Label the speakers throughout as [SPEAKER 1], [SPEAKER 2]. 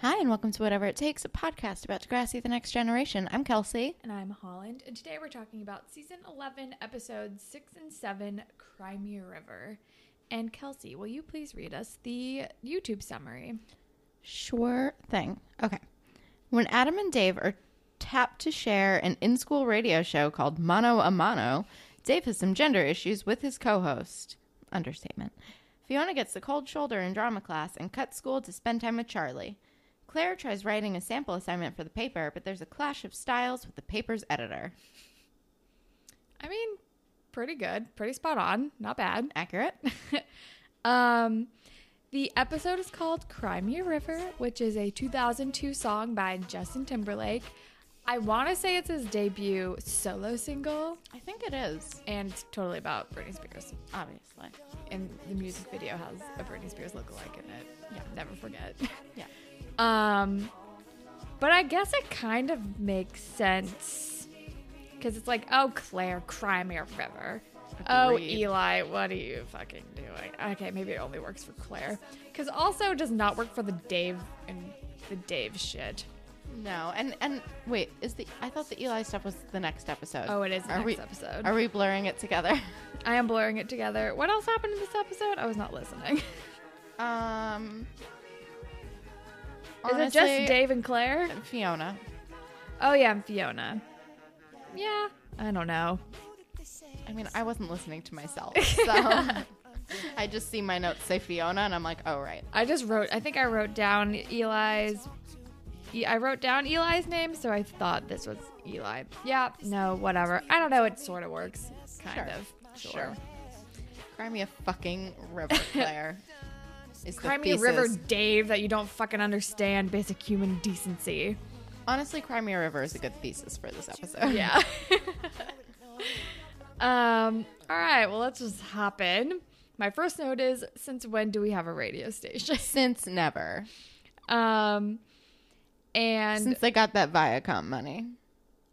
[SPEAKER 1] Hi, and welcome to Whatever It Takes, a podcast about Degrassi the Next Generation. I'm Kelsey.
[SPEAKER 2] And I'm Holland, and today we're talking about season 11, episodes 6 and 7, Crimea River. And Kelsey, will you please read us the YouTube summary?
[SPEAKER 1] Sure thing. Okay. When Adam and Dave are tapped to share an in school radio show called Mono a Mono, Dave has some gender issues with his co host. Understatement. Fiona gets the cold shoulder in drama class and cuts school to spend time with Charlie. Claire tries writing a sample assignment for the paper, but there's a clash of styles with the paper's editor.
[SPEAKER 2] I mean, pretty good, pretty spot on, not bad.
[SPEAKER 1] Accurate?
[SPEAKER 2] Um, the episode is called Crimea River, which is a 2002 song by Justin Timberlake. I want to say it's his debut solo single,
[SPEAKER 1] I think it is,
[SPEAKER 2] and it's totally about Britney Spears.
[SPEAKER 1] obviously.
[SPEAKER 2] and the music video has a Britney Spears lookalike in it. Yeah, never forget.
[SPEAKER 1] Yeah.
[SPEAKER 2] Um, but I guess it kind of makes sense because it's like, oh Claire, Crimea River. Oh
[SPEAKER 1] Agreed.
[SPEAKER 2] Eli, what are you fucking doing? Okay, maybe it only works for Claire because also it does not work for the Dave and the Dave shit.
[SPEAKER 1] No, and and wait, is the I thought the Eli stuff was the next episode.
[SPEAKER 2] Oh, it is the
[SPEAKER 1] Are
[SPEAKER 2] next
[SPEAKER 1] we-
[SPEAKER 2] episode.
[SPEAKER 1] Are we blurring it together?
[SPEAKER 2] I am blurring it together. What else happened in this episode? I was not listening.
[SPEAKER 1] Um,
[SPEAKER 2] is it
[SPEAKER 1] honestly,
[SPEAKER 2] just Dave and Claire?
[SPEAKER 1] Fiona?
[SPEAKER 2] Oh yeah, I'm Fiona. Yeah, I don't know.
[SPEAKER 1] I mean, I wasn't listening to myself, so I just see my notes say Fiona, and I'm like, oh right.
[SPEAKER 2] I just wrote. I think I wrote down Eli's. E- I wrote down Eli's name, so I thought this was Eli. Yeah, no, whatever. I don't know. It sort of works, kind
[SPEAKER 1] Sure.
[SPEAKER 2] of. Sure.
[SPEAKER 1] Cry me a fucking river, Claire. Is the
[SPEAKER 2] Cry me a river,
[SPEAKER 1] thesis.
[SPEAKER 2] Dave, that you don't fucking understand basic human decency.
[SPEAKER 1] Honestly, Cry Me a River is a good thesis for this episode.
[SPEAKER 2] Yeah. um. All right. Well, let's just hop in. My first note is: Since when do we have a radio station?
[SPEAKER 1] Since never.
[SPEAKER 2] Um. And
[SPEAKER 1] Since they got that Viacom money.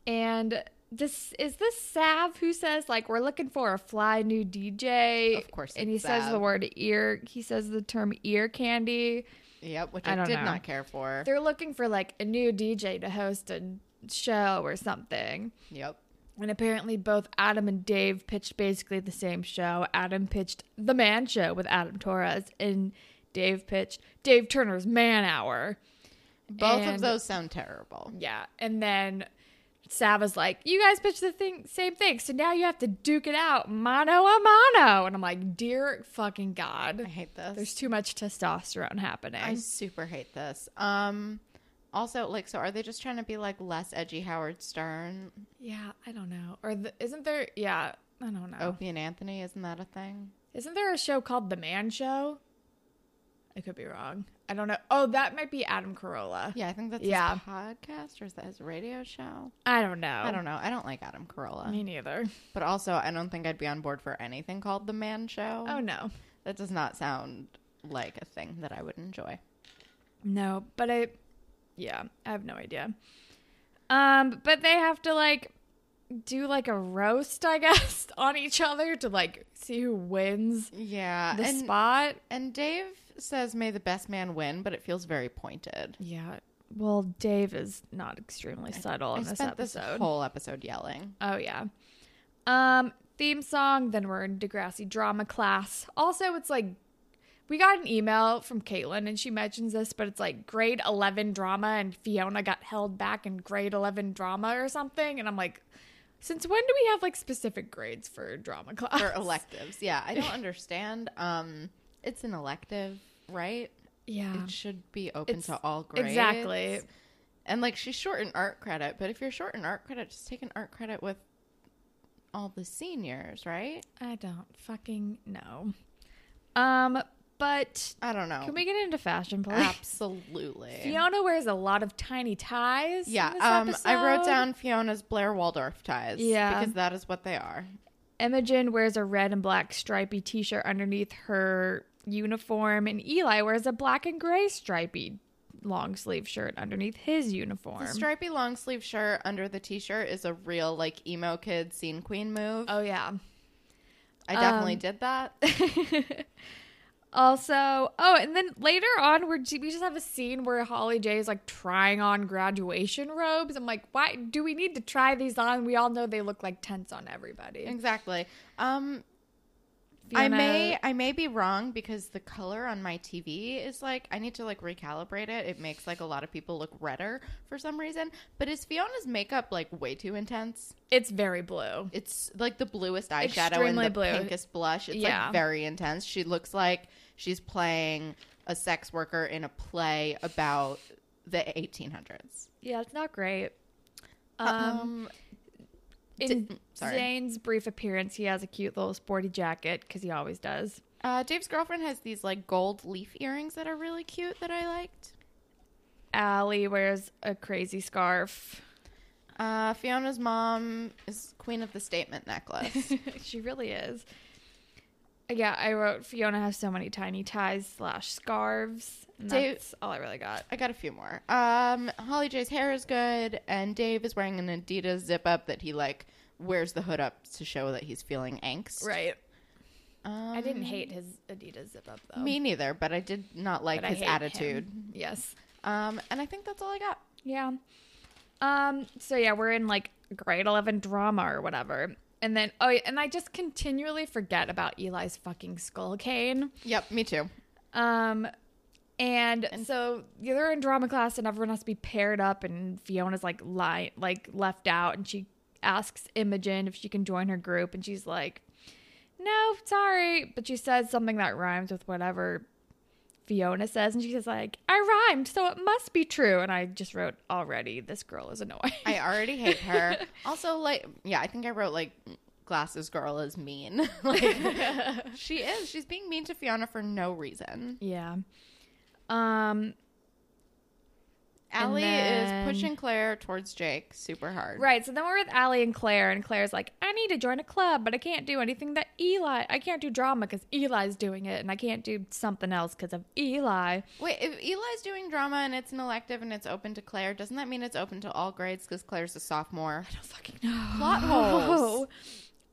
[SPEAKER 2] And this is this Sav who says like we're looking for a fly new DJ.
[SPEAKER 1] Of course
[SPEAKER 2] and
[SPEAKER 1] it's
[SPEAKER 2] he says the
[SPEAKER 1] Sav.
[SPEAKER 2] word ear. He says the term ear candy.
[SPEAKER 1] Yep, which
[SPEAKER 2] I
[SPEAKER 1] I,
[SPEAKER 2] don't
[SPEAKER 1] did
[SPEAKER 2] know.
[SPEAKER 1] not care for.
[SPEAKER 2] They're looking for like a new DJ to host a show or something.
[SPEAKER 1] yep.
[SPEAKER 2] And apparently, both Adam and Dave pitched basically the same show. Adam pitched The Man Show with Adam Torres, and Dave pitched Dave Turner's Man Hour.
[SPEAKER 1] Both of
[SPEAKER 2] And-
[SPEAKER 1] those sound terrible.
[SPEAKER 2] Yeah. And then Sav was like, You guys pitched the thing same thing, so now you have to duke it out mano a mano. And I'm like, Dear fucking
[SPEAKER 1] I
[SPEAKER 2] God.
[SPEAKER 1] hate this.
[SPEAKER 2] There's too much testosterone happening.
[SPEAKER 1] I super hate this. Um also like so are they just trying to be like less edgy Howard Stern?
[SPEAKER 2] yeah, I don't know. Or the, isn't there yeah, I don't know.
[SPEAKER 1] Opie and Anthony, isn't that a thing?
[SPEAKER 2] Isn't there a show called The Man Show? I could be wrong. I don't know. Oh, that might be Adam Carolla.
[SPEAKER 1] Yeah, I think that's
[SPEAKER 2] Yeah.
[SPEAKER 1] his podcast or is that his radio show?
[SPEAKER 2] I don't know.
[SPEAKER 1] I don't know. I don't like Adam Carolla.
[SPEAKER 2] Me neither.
[SPEAKER 1] but also I don't think I'd be on board for anything called The Man Show.
[SPEAKER 2] Oh no.
[SPEAKER 1] That does not sound like a thing that I would enjoy.
[SPEAKER 2] No, but I, yeah, I have no idea. Um, but they have to like do like a roast, I guess, on each other to like see who wins
[SPEAKER 1] Yeah.
[SPEAKER 2] the
[SPEAKER 1] and,
[SPEAKER 2] spot.
[SPEAKER 1] and Dave says may the best man win, but it feels very pointed.
[SPEAKER 2] Yeah. Well, Dave is not extremely subtle in
[SPEAKER 1] I
[SPEAKER 2] this
[SPEAKER 1] spent this
[SPEAKER 2] episode.
[SPEAKER 1] whole episode yelling.
[SPEAKER 2] oh yeah. Um, theme song. Then we're in Degrassi drama class. Also, it's like. We got an email from Caitlin and she mentions this, but it's like grade 11 drama and Fiona got held back in grade 11 drama or something. And I'm like, Since when do we have like specific grades for drama class?
[SPEAKER 1] for electives. Yeah, I don't understand. Um, it's an elective, right?
[SPEAKER 2] Yeah.
[SPEAKER 1] It should be open
[SPEAKER 2] It's-
[SPEAKER 1] to all grades.
[SPEAKER 2] exactly.
[SPEAKER 1] And like she's short in art credit, but if you're short in art credit, just take an art credit with all the seniors, right?
[SPEAKER 2] I don't fucking know. Um, but
[SPEAKER 1] I don't know.
[SPEAKER 2] can we get into fashion, please?
[SPEAKER 1] Absolutely.
[SPEAKER 2] Fiona wears a lot of tiny ties. in
[SPEAKER 1] yeah.
[SPEAKER 2] this
[SPEAKER 1] Um, I wrote
[SPEAKER 2] episode.
[SPEAKER 1] down Fiona's Blair Waldorf ties.
[SPEAKER 2] Yeah.
[SPEAKER 1] Because that is what they are.
[SPEAKER 2] Imogen wears a red and black stripy t shirt underneath her uniform, and Eli wears a black and gray stripy long sleeve shirt underneath his uniform.
[SPEAKER 1] The stripy long sleeve shirt under the t shirt is a real like emo kid scene queen move.
[SPEAKER 2] oh, um, yeah.
[SPEAKER 1] I definitely did that.
[SPEAKER 2] Also, oh, and then later on, we're, we just have a scene where Holly J is like trying on graduation robes. I'm like, why do we need to try these on? We all know they look like tents on everybody.
[SPEAKER 1] exactly. Um, I
[SPEAKER 2] Fiona-
[SPEAKER 1] may I may be wrong because the color on my TV is like I need to like recalibrate it. It makes like a lot of people look redder for some reason. But is Fiona's makeup like way too intense?
[SPEAKER 2] It's very blue.
[SPEAKER 1] It's like the bluest eyeshadow and
[SPEAKER 2] Extremely
[SPEAKER 1] the
[SPEAKER 2] blue.
[SPEAKER 1] pinkest blush. It's
[SPEAKER 2] Yeah.
[SPEAKER 1] like very intense. She looks like she's playing a sex worker in a play about the 1800s.
[SPEAKER 2] Yeah, it's not great.
[SPEAKER 1] Um,
[SPEAKER 2] Um, in
[SPEAKER 1] d- sorry.
[SPEAKER 2] Zane's brief appearance, he has a cute little sporty jacket because he always does.
[SPEAKER 1] uh, Dave's girlfriend has these like gold leaf earrings that are really cute that I liked.
[SPEAKER 2] Allie wears a crazy scarf.
[SPEAKER 1] Uh, Fiona's mom is queen of the statement necklace.
[SPEAKER 2] she really is. Yeah, I wrote Fiona has so many tiny ties slash scarves. And
[SPEAKER 1] Dave-
[SPEAKER 2] that's all I really got.
[SPEAKER 1] I got a few more. Um, Holly J's hair is good, and Dave is wearing an Adidas zip up that he like wears the hood up to show that he's feeling angst.
[SPEAKER 2] Right.
[SPEAKER 1] Um,
[SPEAKER 2] I didn't hate his Adidas zip up though.
[SPEAKER 1] Me neither, but I did not like
[SPEAKER 2] but I
[SPEAKER 1] his
[SPEAKER 2] hate him.
[SPEAKER 1] attitude.
[SPEAKER 2] Yes.
[SPEAKER 1] Um, and I think that's all I got.
[SPEAKER 2] Yeah. Um. So yeah, we're in like grade eleven drama or whatever, and then oh, yeah, and I just continually forget about Eli's fucking skull cane.
[SPEAKER 1] Yep, me too.
[SPEAKER 2] Um, and, so they're in drama class, and everyone has to be paired up, and Fiona's like lie, like left out, and she asks Imogen if she can join her group, and she's like, "No, sorry," but she says something that rhymes with whatever Fiona says, and she says like, "I rhymed, so it must be true." And I just wrote already, this girl is annoying.
[SPEAKER 1] I already hate her. also, like, yeah, I think I wrote like glasses girl is mean. like, she is. She's being mean to Fiona for no reason.
[SPEAKER 2] yeah. Um. And
[SPEAKER 1] Allie
[SPEAKER 2] then-
[SPEAKER 1] is pushing Claire towards Jake super hard.
[SPEAKER 2] Right. So then we're with Allie and Claire, and Claire's like, I need to join a club, but I can't do anything that Eli, I can't do drama because Eli's doing it, and I can't do something else because of Eli.
[SPEAKER 1] Wait, if Eli's doing drama and it's an elective and it's open to Claire, doesn't that mean it's open to all grades because Claire's a sophomore?
[SPEAKER 2] I don't fucking know.
[SPEAKER 1] Plot holes.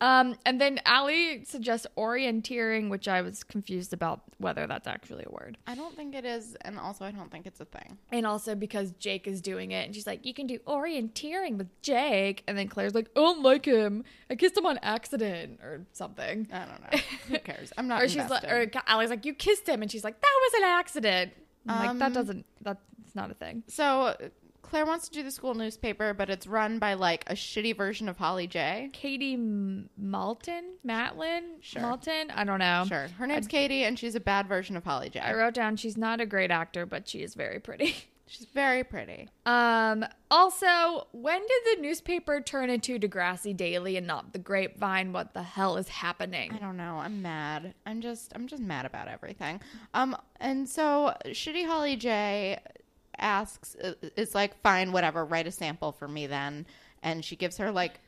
[SPEAKER 2] Um, and then Allie suggests orienteering, which I was confused about whether that's actually a word.
[SPEAKER 1] I don't think it is, and also I don't think it's a thing.
[SPEAKER 2] And also because Jake is doing it, and she's like, You can do orienteering with Jake. And then Claire's like, I don't like him. I kissed him on accident or something.
[SPEAKER 1] I don't know. Who cares? I'm not.
[SPEAKER 2] or she's like,
[SPEAKER 1] invested.
[SPEAKER 2] or Allie's like, you kissed him, and she's like, that was an accident. I'm like
[SPEAKER 1] Um,
[SPEAKER 2] that doesn't, that's not a thing.
[SPEAKER 1] So uh, Claire wants to do the school newspaper, but it's run by like a shitty version of Holly J.
[SPEAKER 2] Katie M- Malton, Matlin,
[SPEAKER 1] Sure.
[SPEAKER 2] Malton, I don't know.
[SPEAKER 1] Sure, her name's Katie, and she's a bad version of Holly
[SPEAKER 2] I
[SPEAKER 1] J.
[SPEAKER 2] wrote down she's not a great actor, but she is very pretty.
[SPEAKER 1] She's very pretty.
[SPEAKER 2] Um. Also, when did the newspaper turn into Degrassi Daily and not the Grapevine? What the hell is happening?
[SPEAKER 1] I don't know. I'm mad. I'm just I'm just mad about everything. Um and so Shitty Holly J asks uh, is like fine whatever write a sample for me then and she gives her like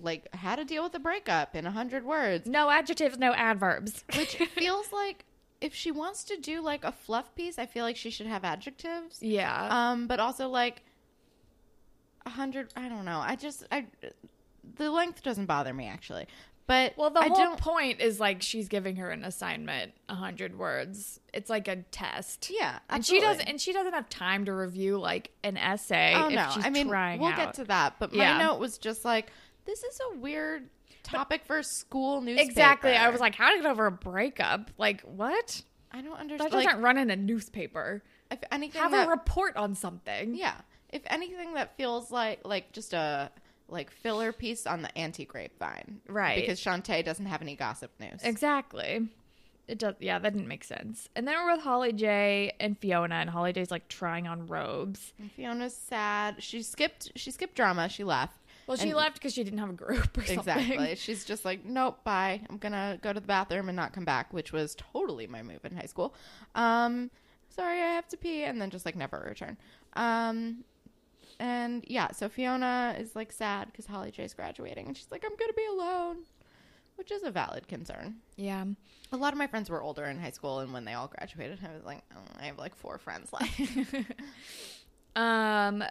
[SPEAKER 1] like how to deal with a breakup in a 100 words
[SPEAKER 2] No adjectives, no adverbs.
[SPEAKER 1] which feels like if she wants to do like a fluff piece I feel like she should have adjectives.
[SPEAKER 2] yeah.
[SPEAKER 1] Um but also like a 100 I don't know. I just I the length doesn't bother me actually. But
[SPEAKER 2] Well, the
[SPEAKER 1] I
[SPEAKER 2] whole
[SPEAKER 1] don't
[SPEAKER 2] point is like she's giving her an assignment, a hundred words. It's like a test.
[SPEAKER 1] yeah,
[SPEAKER 2] and she
[SPEAKER 1] absolutely.
[SPEAKER 2] doesn't. And she doesn't have time to review like an essay.
[SPEAKER 1] Oh
[SPEAKER 2] if
[SPEAKER 1] no!
[SPEAKER 2] she's
[SPEAKER 1] I mean,
[SPEAKER 2] trying
[SPEAKER 1] we'll
[SPEAKER 2] out.
[SPEAKER 1] get to that. But my
[SPEAKER 2] Yeah.
[SPEAKER 1] note was just like, this is a weird topic for a school newspaper.
[SPEAKER 2] exactly. I was like, how to get over a breakup? Like what?
[SPEAKER 1] I don't
[SPEAKER 2] That
[SPEAKER 1] understand.
[SPEAKER 2] doesn't
[SPEAKER 1] Like,
[SPEAKER 2] run in a newspaper.
[SPEAKER 1] if anything,
[SPEAKER 2] Have
[SPEAKER 1] that,
[SPEAKER 2] a report on something.
[SPEAKER 1] yeah, if anything that feels like like just a like filler piece on the anti grapevine,
[SPEAKER 2] Right.
[SPEAKER 1] Because Shantae doesn't have any gossip news.
[SPEAKER 2] Exactly. It does. Yeah, that didn't make sense. And then we're with Holly J and Fiona, and Holly J's like trying on robes.
[SPEAKER 1] And Fiona's sad. She skipped. She skipped drama. She left.
[SPEAKER 2] Well, she
[SPEAKER 1] And-
[SPEAKER 2] left because she didn't have a group or something.
[SPEAKER 1] Exactly. She's just like, nope, bye. I'm gonna go to the bathroom and not come back, which was totally my move in high school. Um, sorry, I have to pee, and then just like never return. Um, and yeah, so Fiona is like sad because Holly J's graduating, and she's like, I'm gonna be alone. which is a valid concern.
[SPEAKER 2] Yeah.
[SPEAKER 1] A lot of my friends were older in high school, and when they all graduated, I was like, oh, I have like four friends left.
[SPEAKER 2] Um,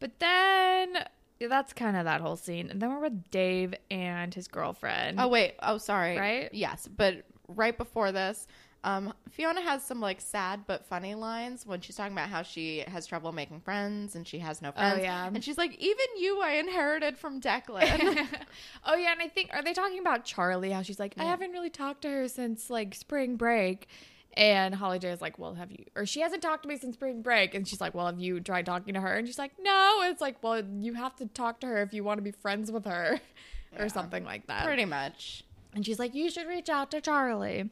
[SPEAKER 2] but then yeah, that's kind of that whole scene. And then we're with Dave and his girlfriend.
[SPEAKER 1] oh wait, oh sorry,
[SPEAKER 2] Right?
[SPEAKER 1] Yes, but right before this, um, Fiona has some like sad but funny lines when she's talking about how she has trouble making friends and she has no friends.
[SPEAKER 2] Oh, yeah.
[SPEAKER 1] and she's like, even you, I inherited from Declan.
[SPEAKER 2] oh yeah, and I think are they talking about Charlie? How she's like, I haven't really talked to her since like spring break. And Holly J is like, well, have you? Or she hasn't talked to me since spring break. And she's like, well, have you tried talking to her? And she's like, no. And it's like, well, you have to talk to her if you want to be friends with her, or something like that.
[SPEAKER 1] Pretty much.
[SPEAKER 2] And she's like, you should reach out to Charlie.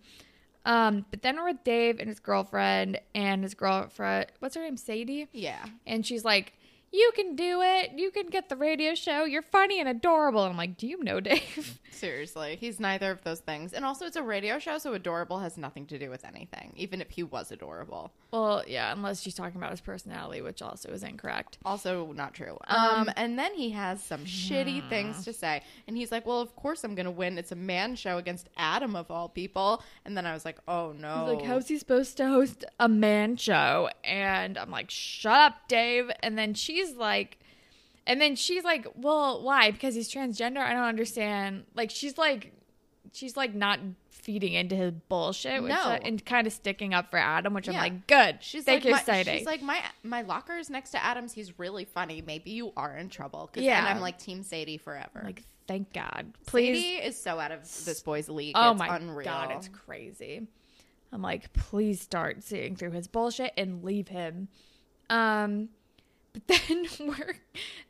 [SPEAKER 2] Um, but then we're with Dave and his girlfriend, and his girlfriend, what's her name, Sadie?
[SPEAKER 1] Yeah.
[SPEAKER 2] And she's like, You can do it. You can get the radio show. You're funny and adorable. And I'm like, Do you know Dave?
[SPEAKER 1] Seriously, he's neither of those things. And also, it's a radio show, so adorable has nothing to do with anything, even if he was adorable.
[SPEAKER 2] well, yeah, unless she's talking about his personality, which also is incorrect.
[SPEAKER 1] Also, not true.
[SPEAKER 2] Uh-huh.
[SPEAKER 1] Um, and then he has some shitty things to say. And he's like, Well, of course I'm going to win. It's a man show against Adam, of all people. And then I was like, Oh, no.
[SPEAKER 2] Like, how's he supposed to host a man show? And I'm like, Shut up, Dave. And then she's like, and then she's like, Well, why? Because he's transgender? I don't understand. Like, she's like, She's like not feeding into his bullshit, which,
[SPEAKER 1] No.
[SPEAKER 2] uh, and kind of sticking up for Adam, which I'm
[SPEAKER 1] Yeah.
[SPEAKER 2] like, good.
[SPEAKER 1] She's
[SPEAKER 2] Thank you,
[SPEAKER 1] like, my,
[SPEAKER 2] Sadie.
[SPEAKER 1] she's like my my locker is next to Adam's. He's really funny. Maybe you are in trouble. 'Cause-
[SPEAKER 2] Yeah.
[SPEAKER 1] and I'm like Team Sadie forever.
[SPEAKER 2] Like, thank God. Please.
[SPEAKER 1] Sadie is so out of this boy's league.
[SPEAKER 2] oh
[SPEAKER 1] it's
[SPEAKER 2] my
[SPEAKER 1] unreal.
[SPEAKER 2] God, it's crazy. I'm like, please start seeing through his bullshit and leave him. Um, but then we're,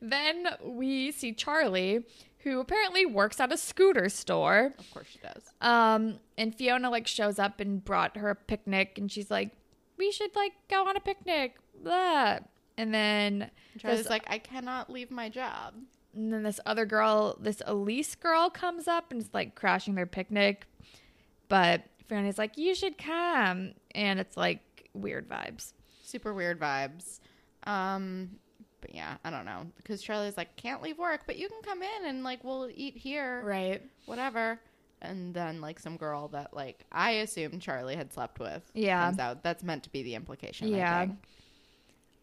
[SPEAKER 2] then we see Charlie, who apparently works at a scooter store.
[SPEAKER 1] of course she does.
[SPEAKER 2] Um, and Fiona like shows up and brought her a picnic, and she's like, we should like go on a picnic. Blah. And then
[SPEAKER 1] Charlie's
[SPEAKER 2] this-
[SPEAKER 1] like, I cannot leave my job.
[SPEAKER 2] And then this other girl, this Elise girl, comes up and is like crashing their picnic. But Fiona's like, you should come. And it's like weird vibes.
[SPEAKER 1] Super weird vibes. Um, but yeah, I don't know because Charlie's like, can't leave work, but you can come in and like we'll eat here,
[SPEAKER 2] Right.
[SPEAKER 1] whatever. And then like some girl that like I assume Charlie had slept with.
[SPEAKER 2] Yeah.
[SPEAKER 1] comes out. That's meant to be the implication.
[SPEAKER 2] Yeah.
[SPEAKER 1] I think.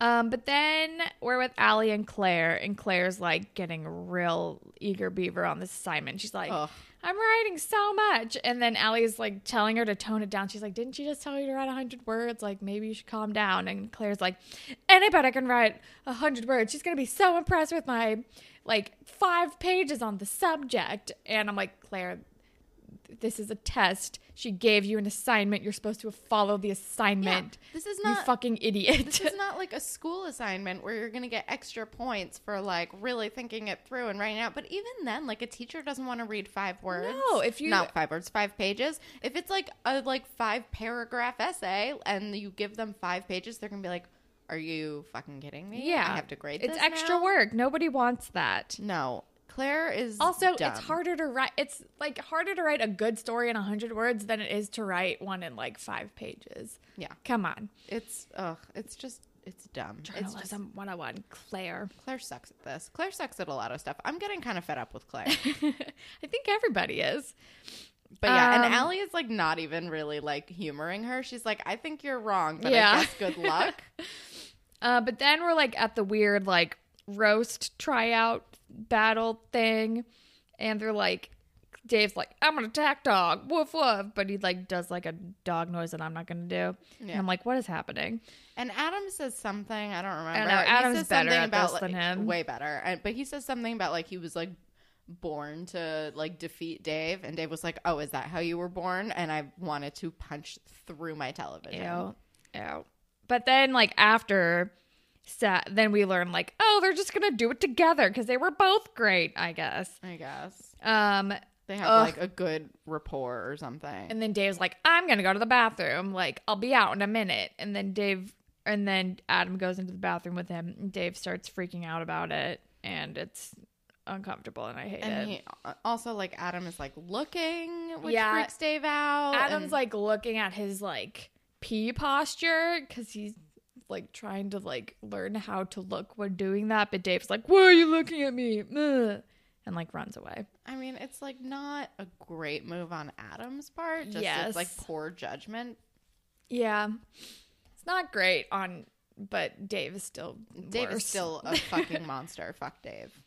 [SPEAKER 2] Um, but then we're with Allie and Claire, and Claire's like getting real eager beaver on this assignment. She's like,
[SPEAKER 1] Ugh.
[SPEAKER 2] I'm writing so much. And then Allie's like telling her to tone it down. She's like, Didn't she just tell you to write 100 words? Like, maybe you should calm down. And Claire's like, Anybody can write 100 words. She's going to be so impressed with my like five pages on the subject. And I'm like, Claire, this is a test. She gave you an assignment. You're supposed to follow the assignment.
[SPEAKER 1] This is
[SPEAKER 2] You
[SPEAKER 1] not-
[SPEAKER 2] fucking idiot.
[SPEAKER 1] This is not like a school assignment where you're going to get extra points for like really thinking it through and writing it out. But even then, like a teacher doesn't want to read five words.
[SPEAKER 2] No, if you-
[SPEAKER 1] not five words, five pages. If it's like a like five paragraph essay and you give them five pages, they're gonna be like, "Are you fucking kidding me?
[SPEAKER 2] yeah.
[SPEAKER 1] I have to grade.
[SPEAKER 2] It's
[SPEAKER 1] this
[SPEAKER 2] extra
[SPEAKER 1] now?
[SPEAKER 2] work. Nobody wants that.
[SPEAKER 1] No, Claire is
[SPEAKER 2] Also,
[SPEAKER 1] dumb.
[SPEAKER 2] it's harder to write. It's like harder to write a good story in hundred words than it is to write one in like five pages.
[SPEAKER 1] Yeah.
[SPEAKER 2] come on,
[SPEAKER 1] It's ugh. It's just it's dumb. It's just oh
[SPEAKER 2] journalism one hundred and one, Claire.
[SPEAKER 1] Claire sucks at this. Claire sucks at a lot of stuff. I'm getting kind of fed up with Claire.
[SPEAKER 2] I think everybody is.
[SPEAKER 1] But yeah,
[SPEAKER 2] Um,
[SPEAKER 1] and Allie is like not even really like humoring her. She's like, I think you're wrong, but
[SPEAKER 2] Yeah.
[SPEAKER 1] I guess good luck.
[SPEAKER 2] Uh, but then we're like at the weird like roast tryout battle thing, and they're like, Dave's like, I'm an attack dog, woof woof, but he like does like a dog noise that I'm not gonna do. And
[SPEAKER 1] Yeah.
[SPEAKER 2] I'm like, what is happening?
[SPEAKER 1] and Adam says something I don't remember.
[SPEAKER 2] know,
[SPEAKER 1] He
[SPEAKER 2] Adam's
[SPEAKER 1] says
[SPEAKER 2] better
[SPEAKER 1] something
[SPEAKER 2] at
[SPEAKER 1] about like,
[SPEAKER 2] this than him.
[SPEAKER 1] way better. And, but he says something about like he was like born to like defeat Dave, and Dave was like, "Oh, is that how you were born?" And I wanted to punch through my television.
[SPEAKER 2] Ew. Ew. But then, like, after set, then we learn, like, oh, they're just going to do it together because they were both great, I guess.
[SPEAKER 1] I guess
[SPEAKER 2] Um,
[SPEAKER 1] they have
[SPEAKER 2] Ugh.
[SPEAKER 1] like a good rapport or something.
[SPEAKER 2] and then Dave's like, I'm going to go to the bathroom. Like, I'll be out in a minute. And then Dave, and then Adam goes into the bathroom with him. And Dave starts freaking out about it. And it's uncomfortable. And I hate it.
[SPEAKER 1] And he also like Adam is like looking, which
[SPEAKER 2] Yeah.
[SPEAKER 1] freaks Dave out.
[SPEAKER 2] Adam's
[SPEAKER 1] Oh, and-
[SPEAKER 2] like looking at his like pee posture because he's like trying to like learn how to look when doing that. But Dave's like, "Why are you looking at me?" Ugh. and like runs away.
[SPEAKER 1] I mean, it's like not a great move on Adam's part. Just
[SPEAKER 2] Yes.
[SPEAKER 1] it's like poor judgment.
[SPEAKER 2] Yeah. It's not great on but Dave is still
[SPEAKER 1] Dave
[SPEAKER 2] worse.
[SPEAKER 1] is still a fucking monster. Fuck Dave.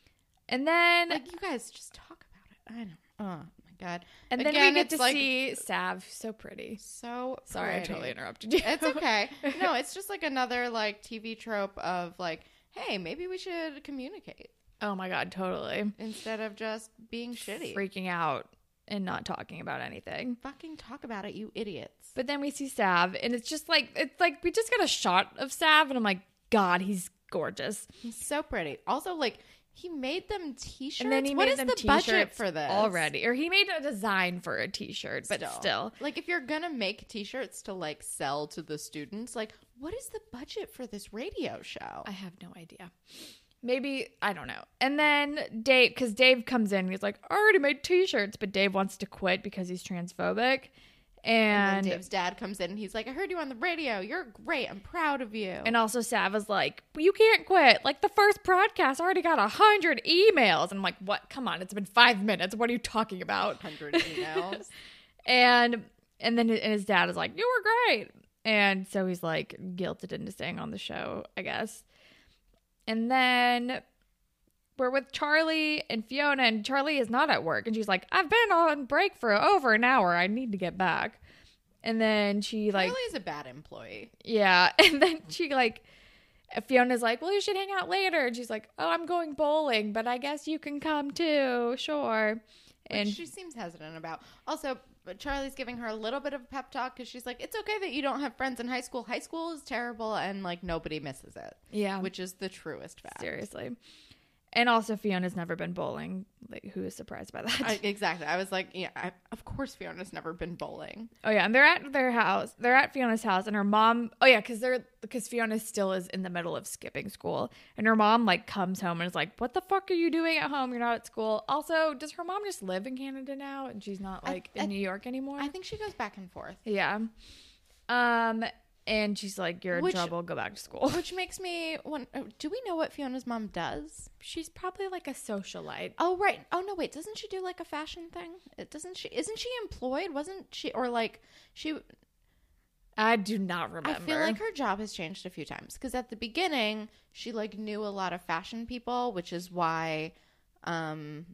[SPEAKER 2] And then
[SPEAKER 1] Like you guys just talk about it. I know. Oh my god.
[SPEAKER 2] and then
[SPEAKER 1] Again,
[SPEAKER 2] we get
[SPEAKER 1] it's
[SPEAKER 2] to
[SPEAKER 1] like
[SPEAKER 2] see Sav who's so pretty.
[SPEAKER 1] so.
[SPEAKER 2] Sorry, I
[SPEAKER 1] pretty.
[SPEAKER 2] totally interrupted you.
[SPEAKER 1] It's okay. No, it's just like another like TV trope of like, hey, maybe we should communicate
[SPEAKER 2] oh my god, totally.
[SPEAKER 1] instead of just being shitty.
[SPEAKER 2] Freaking out and not talking about anything.
[SPEAKER 1] Fucking talk about it, you idiots.
[SPEAKER 2] But then we see Sav and it's just like it's like we just got a shot of Sav and I'm like, God, he's gorgeous.
[SPEAKER 1] He's so pretty. Also, like he made them T-shirts.
[SPEAKER 2] And then he
[SPEAKER 1] What
[SPEAKER 2] made
[SPEAKER 1] is
[SPEAKER 2] them
[SPEAKER 1] the budget
[SPEAKER 2] t-shirts
[SPEAKER 1] for this
[SPEAKER 2] already. Or he made a design for a t shirt, but still.
[SPEAKER 1] like if you're gonna make T-shirts to like sell to the students, like what is the budget for this radio show?
[SPEAKER 2] I have no idea. Maybe I don't know. And then Dave, because Dave comes in, and he's like, "I already made T-shirts," but Dave wants to quit because he's transphobic.
[SPEAKER 1] and
[SPEAKER 2] And
[SPEAKER 1] then
[SPEAKER 2] and,
[SPEAKER 1] Dave's dad comes in and he's like, "I heard you on the radio. You're great. I'm proud of you."
[SPEAKER 2] also Sav is like, "Well, "You can't quit." Like the first broadcast already got a hundred emails. And I'm like, "What? Come on! It's been five minutes. What are you talking about?"
[SPEAKER 1] hundred emails.
[SPEAKER 2] And and then and his dad is like, "You were great." And so he's like guilted into staying on the show, I guess. And then we're with Charlie and Fiona, and Charlie is not at work, and she's like, "I've been on break for over an hour. I need to get back." And then she like,
[SPEAKER 1] Charlie's a bad employee.
[SPEAKER 2] yeah, and then she like. Fiona's like, well, you should hang out later. And she's like, oh, I'm going bowling, but I guess you can come too. Sure.
[SPEAKER 1] And
[SPEAKER 2] And
[SPEAKER 1] she seems hesitant about. Also, but Charlie's giving her a little bit of a pep talk because she's like, "It's okay that you don't have friends in high school. High school is terrible, and like nobody misses it,
[SPEAKER 2] yeah,
[SPEAKER 1] which is the truest fact."
[SPEAKER 2] Seriously. And also, Fiona's never been bowling. Like, who is surprised by that?
[SPEAKER 1] I, exactly. I was like, yeah, I, of course Fiona's never been bowling.
[SPEAKER 2] oh yeah, and they're at their house. They're at Fiona's house, and her mom. Oh yeah, because they're because Fiona still is in the middle of skipping school, and her mom like comes home and is like, "What the fuck are you doing at home? You're not at school." Also, does her mom just live in Canada now, and she's not
[SPEAKER 1] I-
[SPEAKER 2] like in
[SPEAKER 1] I-
[SPEAKER 2] New York anymore?
[SPEAKER 1] I think she goes back and forth,
[SPEAKER 2] yeah. Um, and she's like, "You're in
[SPEAKER 1] Which-
[SPEAKER 2] trouble. Go back to school."
[SPEAKER 1] which makes me want. oh, Do we know what Fiona's mom does?
[SPEAKER 2] She's probably like a socialite.
[SPEAKER 1] Oh right. Oh no, wait. Doesn't she do like a fashion thing? It doesn't she? Isn't she employed? Wasn't she or like she?
[SPEAKER 2] I do not remember.
[SPEAKER 1] I feel like her job has changed a few times because at the beginning she like knew a lot of fashion people, which is why. um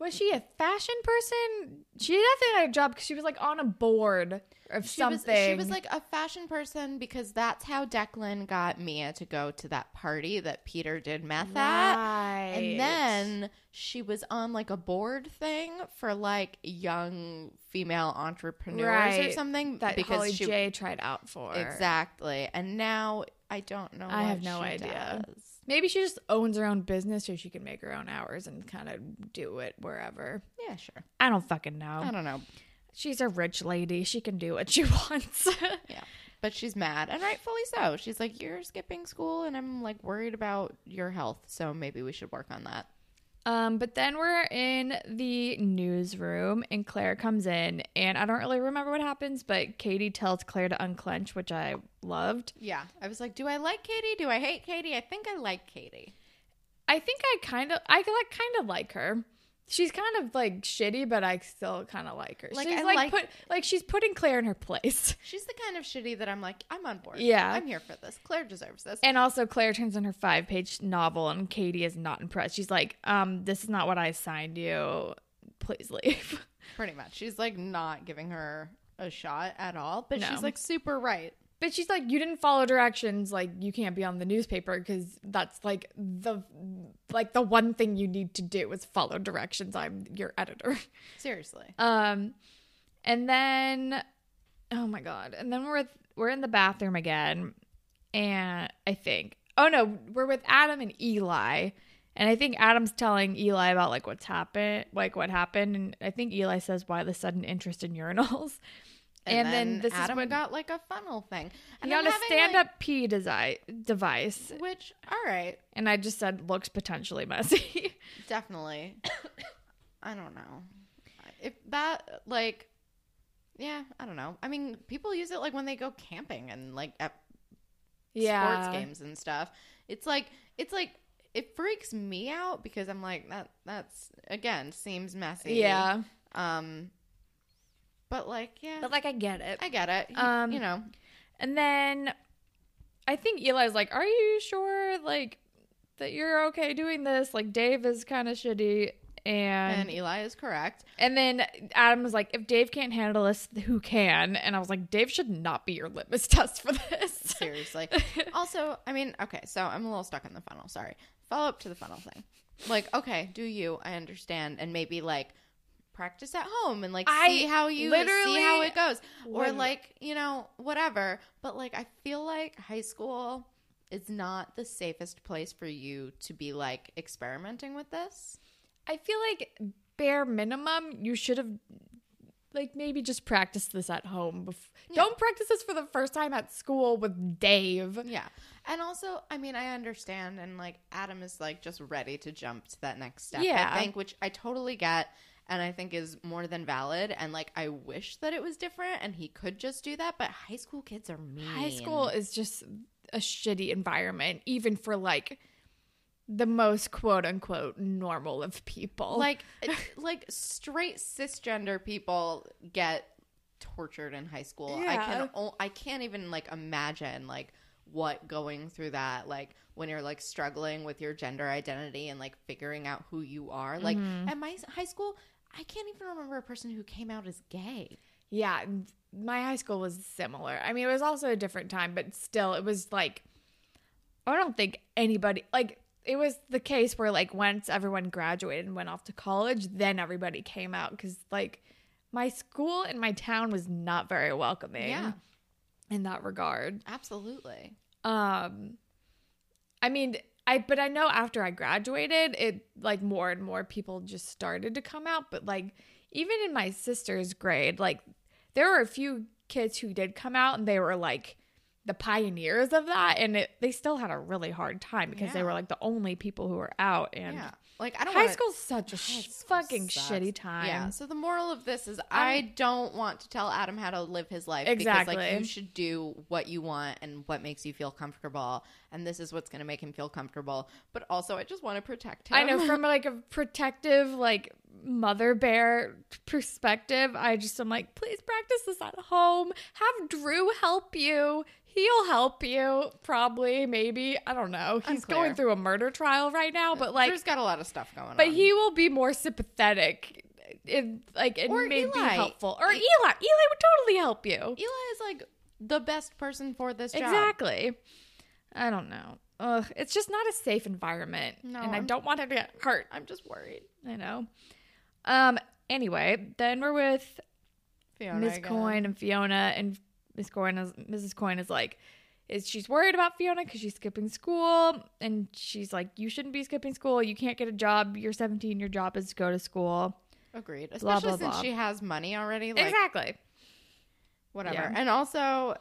[SPEAKER 2] Was she a fashion person? She definitely had a job because she was like on a board of
[SPEAKER 1] she was,
[SPEAKER 2] something.
[SPEAKER 1] she was like a fashion person because that's how Declan got Mia to go to that party that Peter did meth at. And then she was on like a board thing for like young female entrepreneurs or
[SPEAKER 2] Right.
[SPEAKER 1] something
[SPEAKER 2] that
[SPEAKER 1] because
[SPEAKER 2] Holly
[SPEAKER 1] she
[SPEAKER 2] J tried out for
[SPEAKER 1] exactly. And now I don't know.
[SPEAKER 2] I have
[SPEAKER 1] what
[SPEAKER 2] no
[SPEAKER 1] she
[SPEAKER 2] idea.
[SPEAKER 1] does.
[SPEAKER 2] Maybe she just owns her own business, so she can make her own hours and kind of do it wherever.
[SPEAKER 1] Yeah, sure.
[SPEAKER 2] I don't fucking know.
[SPEAKER 1] I don't know,
[SPEAKER 2] She's a rich lady; she can do what she wants.
[SPEAKER 1] but she's mad and rightfully so. She's like, "You're skipping school, and I'm like worried about your health, so maybe we should work on that."
[SPEAKER 2] um, but then we're in the newsroom, and Claire comes in, and I don't really remember what happens, but Katie tells Claire to unclench, which I loved.
[SPEAKER 1] Yeah, I was like, "Do I like Katie? Do I hate Katie? I think I like Katie."
[SPEAKER 2] I think I kind of I like kind of like her. She's kind of like shitty, but I still kind of like her.
[SPEAKER 1] Like,
[SPEAKER 2] she's
[SPEAKER 1] I
[SPEAKER 2] like
[SPEAKER 1] like-
[SPEAKER 2] put like she's putting Claire in her place.
[SPEAKER 1] She's the kind of shitty that I'm like, I'm on board.
[SPEAKER 2] Yeah.
[SPEAKER 1] I'm here for this. Claire deserves this.
[SPEAKER 2] And also Claire turns in her five-page novel and Katie is not impressed. She's like, "Um, this is not what I signed you. Please leave."
[SPEAKER 1] Pretty much. She's like not giving her a shot at all, but
[SPEAKER 2] No.
[SPEAKER 1] she's like super right.
[SPEAKER 2] But she's like, "You didn't follow directions. Like, you can't be on the newspaper cuz that's like the like the one thing you need to do is follow directions. I'm your editor."
[SPEAKER 1] Seriously.
[SPEAKER 2] Um, and then, oh my god! And then we're with, we're in the bathroom again, and I think oh no, we're with Adam and Eli, and I think Adam's telling Eli about like what's happened, like what happened, and I think Eli says why the sudden interest in urinals, and, then, this
[SPEAKER 1] Adam
[SPEAKER 2] is when
[SPEAKER 1] got like a funnel thing.
[SPEAKER 2] he
[SPEAKER 1] And
[SPEAKER 2] got
[SPEAKER 1] I'm
[SPEAKER 2] a
[SPEAKER 1] having,
[SPEAKER 2] stand
[SPEAKER 1] like-
[SPEAKER 2] up pee desi- device,
[SPEAKER 1] which all right,
[SPEAKER 2] and I just said looks potentially messy.
[SPEAKER 1] definitely. I don't know. If that like yeah, I don't know. I mean, people use it like when they go camping and like at sports games and stuff. It's like it's like it freaks me out because I'm like that that's again seems messy.
[SPEAKER 2] Yeah.
[SPEAKER 1] Um but like yeah,
[SPEAKER 2] But like I get it.
[SPEAKER 1] I get it. You,
[SPEAKER 2] Um,
[SPEAKER 1] you know.
[SPEAKER 2] And then I think Eli's like, "Are you sure like that you're okay doing this? Like Dave is kind of shitty."
[SPEAKER 1] And
[SPEAKER 2] And and,
[SPEAKER 1] Eli is correct.
[SPEAKER 2] then Adam was like, "If Dave can't handle this, who can?" And I was like, "Dave should not be your litmus test for this."
[SPEAKER 1] Seriously. also, I mean, okay, so I'm a little stuck in the funnel. Sorry. Follow up to the funnel thing. Like, okay, do you? I understand, and maybe like practice at home and like
[SPEAKER 2] I
[SPEAKER 1] see how you
[SPEAKER 2] literally-
[SPEAKER 1] see how it goes, or
[SPEAKER 2] Literally.
[SPEAKER 1] like you know whatever. But like, I feel like high school is not the safest place for you to be like experimenting with this.
[SPEAKER 2] I feel like bare minimum, you should have like maybe just practice this at home. Bef- Don't practice this for the first time at school with Dave.
[SPEAKER 1] Yeah, and also, I mean, I understand, and like Adam is like just ready to jump to that next step.
[SPEAKER 2] Yeah.
[SPEAKER 1] I think, which I totally get, and I think is more than valid. And like, I wish that it was different, and he could just do that. But high school kids are mean.
[SPEAKER 2] High school is just a shitty environment, even for like the most quote unquote normal of people.
[SPEAKER 1] like it- like straight cisgender people get tortured in high school. I
[SPEAKER 2] Yeah.
[SPEAKER 1] can o- I can't even like imagine like what going through that like when you're like struggling with your gender identity and like figuring out who you are. Like
[SPEAKER 2] Mm-hmm.
[SPEAKER 1] at my s- high school, I can't even remember a person who came out as gay.
[SPEAKER 2] yeah, and my high school was similar. I mean, it was also a different time, but still, it was like, I don't think anybody, like, it was the case where, like, once everyone graduated and went off to college, then everybody came out because, like, my school and my town was not very welcoming
[SPEAKER 1] Yeah.
[SPEAKER 2] in that regard.
[SPEAKER 1] Absolutely.
[SPEAKER 2] um i mean i but i know after i graduated it like more and more people just started to come out but like even in my sister's grade like there were a few kids who did come out and they were like the pioneers of that and it, they still had a really hard time because they
[SPEAKER 1] Yeah.
[SPEAKER 2] were like the only people who were out and
[SPEAKER 1] Yeah. Like I don't
[SPEAKER 2] high
[SPEAKER 1] wanna-
[SPEAKER 2] school's such a sh- fucking
[SPEAKER 1] sucks.
[SPEAKER 2] shitty time
[SPEAKER 1] Yeah. So the moral of this is I don't want to tell Adam how to live his life because
[SPEAKER 2] Exactly.
[SPEAKER 1] like you should do what you want and what makes you feel comfortable and this is what's going to make him feel comfortable. But also I just want to protect him.
[SPEAKER 2] I know from like a protective like mother bear perspective, I just am like, please practice this at home. Have Drew help you. He'll help you probably, maybe. I don't know. He's
[SPEAKER 1] Unclear.
[SPEAKER 2] going through a murder trial right now, but like
[SPEAKER 1] Drew's got a lot of stuff going
[SPEAKER 2] but
[SPEAKER 1] on.
[SPEAKER 2] he will be more sympathetic. It, like it
[SPEAKER 1] Or
[SPEAKER 2] may be
[SPEAKER 1] Eli.
[SPEAKER 2] helpful. Or Eli. Eli would totally help you.
[SPEAKER 1] Eli is like the best person for this job.
[SPEAKER 2] Exactly. I don't know. Ugh, it's just not a safe environment.
[SPEAKER 1] No,
[SPEAKER 2] and I
[SPEAKER 1] I'm-
[SPEAKER 2] don't want him to get hurt.
[SPEAKER 1] I'm just worried.
[SPEAKER 2] I know. Um. Anyway, then we're with
[SPEAKER 1] Fiona
[SPEAKER 2] Miss
[SPEAKER 1] again.
[SPEAKER 2] Coyne and Fiona, and Miss Coyne is Mrs. Coyne is like, is she's worried about Fiona because she's skipping school, and she's like, you shouldn't be skipping school. You can't get a job. You're 17. Your job is to go to school.
[SPEAKER 1] Agreed.
[SPEAKER 2] Blah,
[SPEAKER 1] Especially
[SPEAKER 2] blah,
[SPEAKER 1] since
[SPEAKER 2] blah.
[SPEAKER 1] she has money already like
[SPEAKER 2] exactly.
[SPEAKER 1] whatever.
[SPEAKER 2] Yeah.
[SPEAKER 1] And also,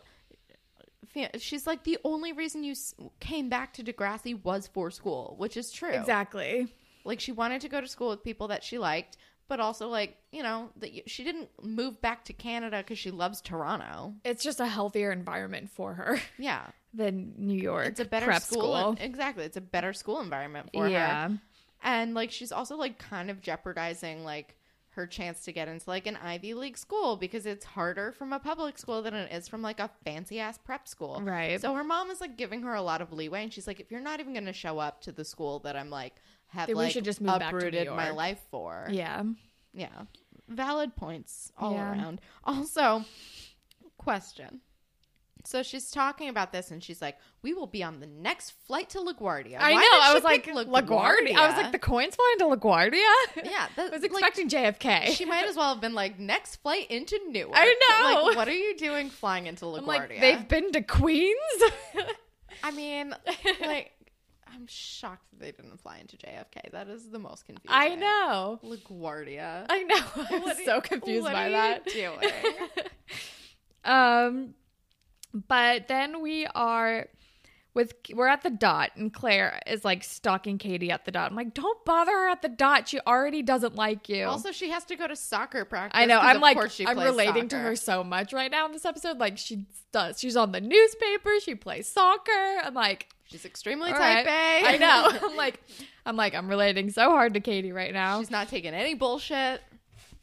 [SPEAKER 1] Fi- she's like the only reason you s- came back to Degrassi was for school, which is true.
[SPEAKER 2] Exactly.
[SPEAKER 1] Like she wanted to go to school with people that she liked, but also like you know that y- she didn't move back to Canada because she loves Toronto.
[SPEAKER 2] It's just a healthier environment for her
[SPEAKER 1] Yeah,
[SPEAKER 2] than New York.
[SPEAKER 1] it's a better
[SPEAKER 2] prep
[SPEAKER 1] school.
[SPEAKER 2] school.
[SPEAKER 1] Exactly, it's a better school environment for her.
[SPEAKER 2] yeah.
[SPEAKER 1] and like she's also like kind of jeopardizing like her chance to get into like an Ivy League school because it's harder from a public school than it is from like a fancy ass prep school.
[SPEAKER 2] Right.
[SPEAKER 1] So her mom is like giving her a lot of leeway and she's like, if you're not even gonna show up to the school that I'm like have
[SPEAKER 2] Then we
[SPEAKER 1] like
[SPEAKER 2] should just move back to New
[SPEAKER 1] uprooted my
[SPEAKER 2] York.
[SPEAKER 1] life for.
[SPEAKER 2] Yeah.
[SPEAKER 1] Yeah. Valid points all
[SPEAKER 2] Yeah.
[SPEAKER 1] around. Also, question. So she's talking about this and she's like, We will be on the next flight to LaGuardia.
[SPEAKER 2] I
[SPEAKER 1] Why
[SPEAKER 2] know.
[SPEAKER 1] did
[SPEAKER 2] I
[SPEAKER 1] she
[SPEAKER 2] was like
[SPEAKER 1] pick
[SPEAKER 2] LaGuardia. I was like the coins flying to LaGuardia.
[SPEAKER 1] Yeah,
[SPEAKER 2] I
[SPEAKER 1] that-
[SPEAKER 2] was
[SPEAKER 1] like,
[SPEAKER 2] expecting JFK.
[SPEAKER 1] she might as well have been like next flight into Newark.
[SPEAKER 2] I know.
[SPEAKER 1] Like, what are you doing flying into LaGuardia?
[SPEAKER 2] I'm like, they've been to Queens.
[SPEAKER 1] I mean, like, I'm shocked that they didn't fly into JFK. That is the most confusing.
[SPEAKER 2] I know.
[SPEAKER 1] LaGuardia.
[SPEAKER 2] I know. I was
[SPEAKER 1] What are-
[SPEAKER 2] so confused
[SPEAKER 1] what
[SPEAKER 2] by
[SPEAKER 1] are
[SPEAKER 2] that.
[SPEAKER 1] You doing?
[SPEAKER 2] Um, but then we are with we're at the dot, and Claire is like stalking Katie at the dot. I'm like, don't bother her at the dot. She already doesn't like you.
[SPEAKER 1] also, she has to go to soccer practice.
[SPEAKER 2] I know.
[SPEAKER 1] 'cause
[SPEAKER 2] I'm
[SPEAKER 1] of
[SPEAKER 2] like,
[SPEAKER 1] course she
[SPEAKER 2] I'm
[SPEAKER 1] plays
[SPEAKER 2] relating to
[SPEAKER 1] soccer.
[SPEAKER 2] her so much right now in this episode. Like, she does. She's on the newspaper. She plays soccer. I'm like,
[SPEAKER 1] She's extremely
[SPEAKER 2] All
[SPEAKER 1] type
[SPEAKER 2] right.
[SPEAKER 1] A.
[SPEAKER 2] I know. I'm like, I'm like, I'm relating so hard to Katie right now.
[SPEAKER 1] She's not taking any bullshit.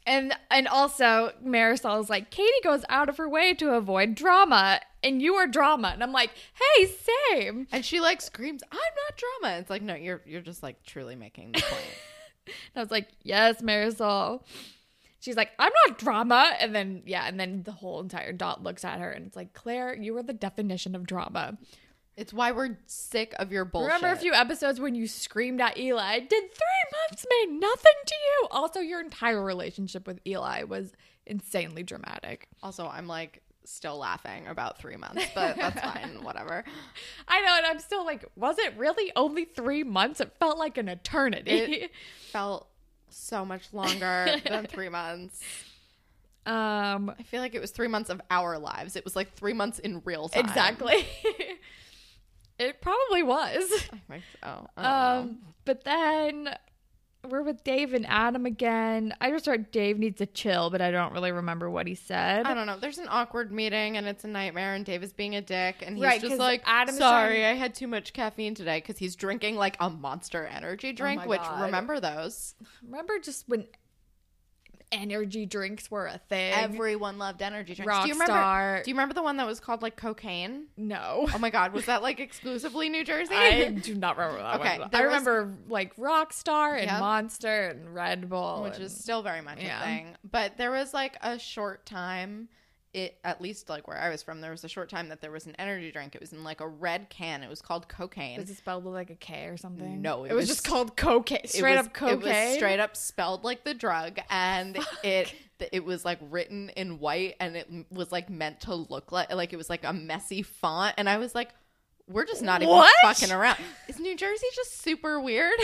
[SPEAKER 2] And and also Marisol's like, Katie goes out of her way to avoid drama, and you are drama. And I'm like, hey, same.
[SPEAKER 1] And she like screams, "I'm not drama." It's like, no, you're you're just like truly making the point.
[SPEAKER 2] And I was like, yes, Marisol. She's like, I'm not drama. And then yeah, and then the whole entire dot looks at her and it's like, Claire, you are the definition of drama.
[SPEAKER 1] it's why we're sick of your bullshit.
[SPEAKER 2] Remember a few episodes when you screamed at Eli? Did three months mean nothing to you? Also, your entire relationship with Eli was insanely dramatic.
[SPEAKER 1] Also, I'm like still laughing about three months, but that's fine. Whatever.
[SPEAKER 2] I know, and I'm still like, was it really only three months? It felt like an eternity.
[SPEAKER 1] Felt so much longer than three months.
[SPEAKER 2] um,
[SPEAKER 1] I feel like it was three months of our lives. It was like three months in real time.
[SPEAKER 2] exactly. it probably was.
[SPEAKER 1] I think so. I don't know.
[SPEAKER 2] Um, but then we're with Dave and Adam again. I just wrote Dave needs to chill, but I don't really remember what he said.
[SPEAKER 1] I don't know. There's an awkward meeting and it's a nightmare, and Dave is being a dick, and he's
[SPEAKER 2] Right,
[SPEAKER 1] just
[SPEAKER 2] 'cause
[SPEAKER 1] like,
[SPEAKER 2] Adam is
[SPEAKER 1] "Sorry, I had too much caffeine today," because he's drinking like a monster energy drink.
[SPEAKER 2] Oh my
[SPEAKER 1] which
[SPEAKER 2] God.
[SPEAKER 1] remember those?
[SPEAKER 2] Remember just when energy drinks were a thing?
[SPEAKER 1] Everyone loved energy drinks. do you remember?
[SPEAKER 2] Rockstar.
[SPEAKER 1] Do you remember the one that was called like cocaine?
[SPEAKER 2] no.
[SPEAKER 1] Oh my God, was that like exclusively New Jersey?
[SPEAKER 2] I do not remember that
[SPEAKER 1] Okay,
[SPEAKER 2] one. I
[SPEAKER 1] there was-
[SPEAKER 2] remember like Rockstar and
[SPEAKER 1] Yeah.
[SPEAKER 2] Monster and Red Bull.
[SPEAKER 1] which
[SPEAKER 2] and-
[SPEAKER 1] is still very much
[SPEAKER 2] yeah.
[SPEAKER 1] a thing. But there was like a short time, it at least like where I was from, there was a short time that there was an energy drink. It was in like a red can. It was called cocaine.
[SPEAKER 2] was it spelled with like a K or something?
[SPEAKER 1] No,
[SPEAKER 2] it,
[SPEAKER 1] it
[SPEAKER 2] was,
[SPEAKER 1] was-
[SPEAKER 2] just called cocaine.
[SPEAKER 1] It
[SPEAKER 2] Straight
[SPEAKER 1] was-
[SPEAKER 2] up cocaine.
[SPEAKER 1] It was straight up spelled like the drug, and it th- it was like written in white, and it m- was like meant to look like like it was like a messy font. And I was like, we're just not
[SPEAKER 2] What?
[SPEAKER 1] even fucking around. Is New Jersey just super weird?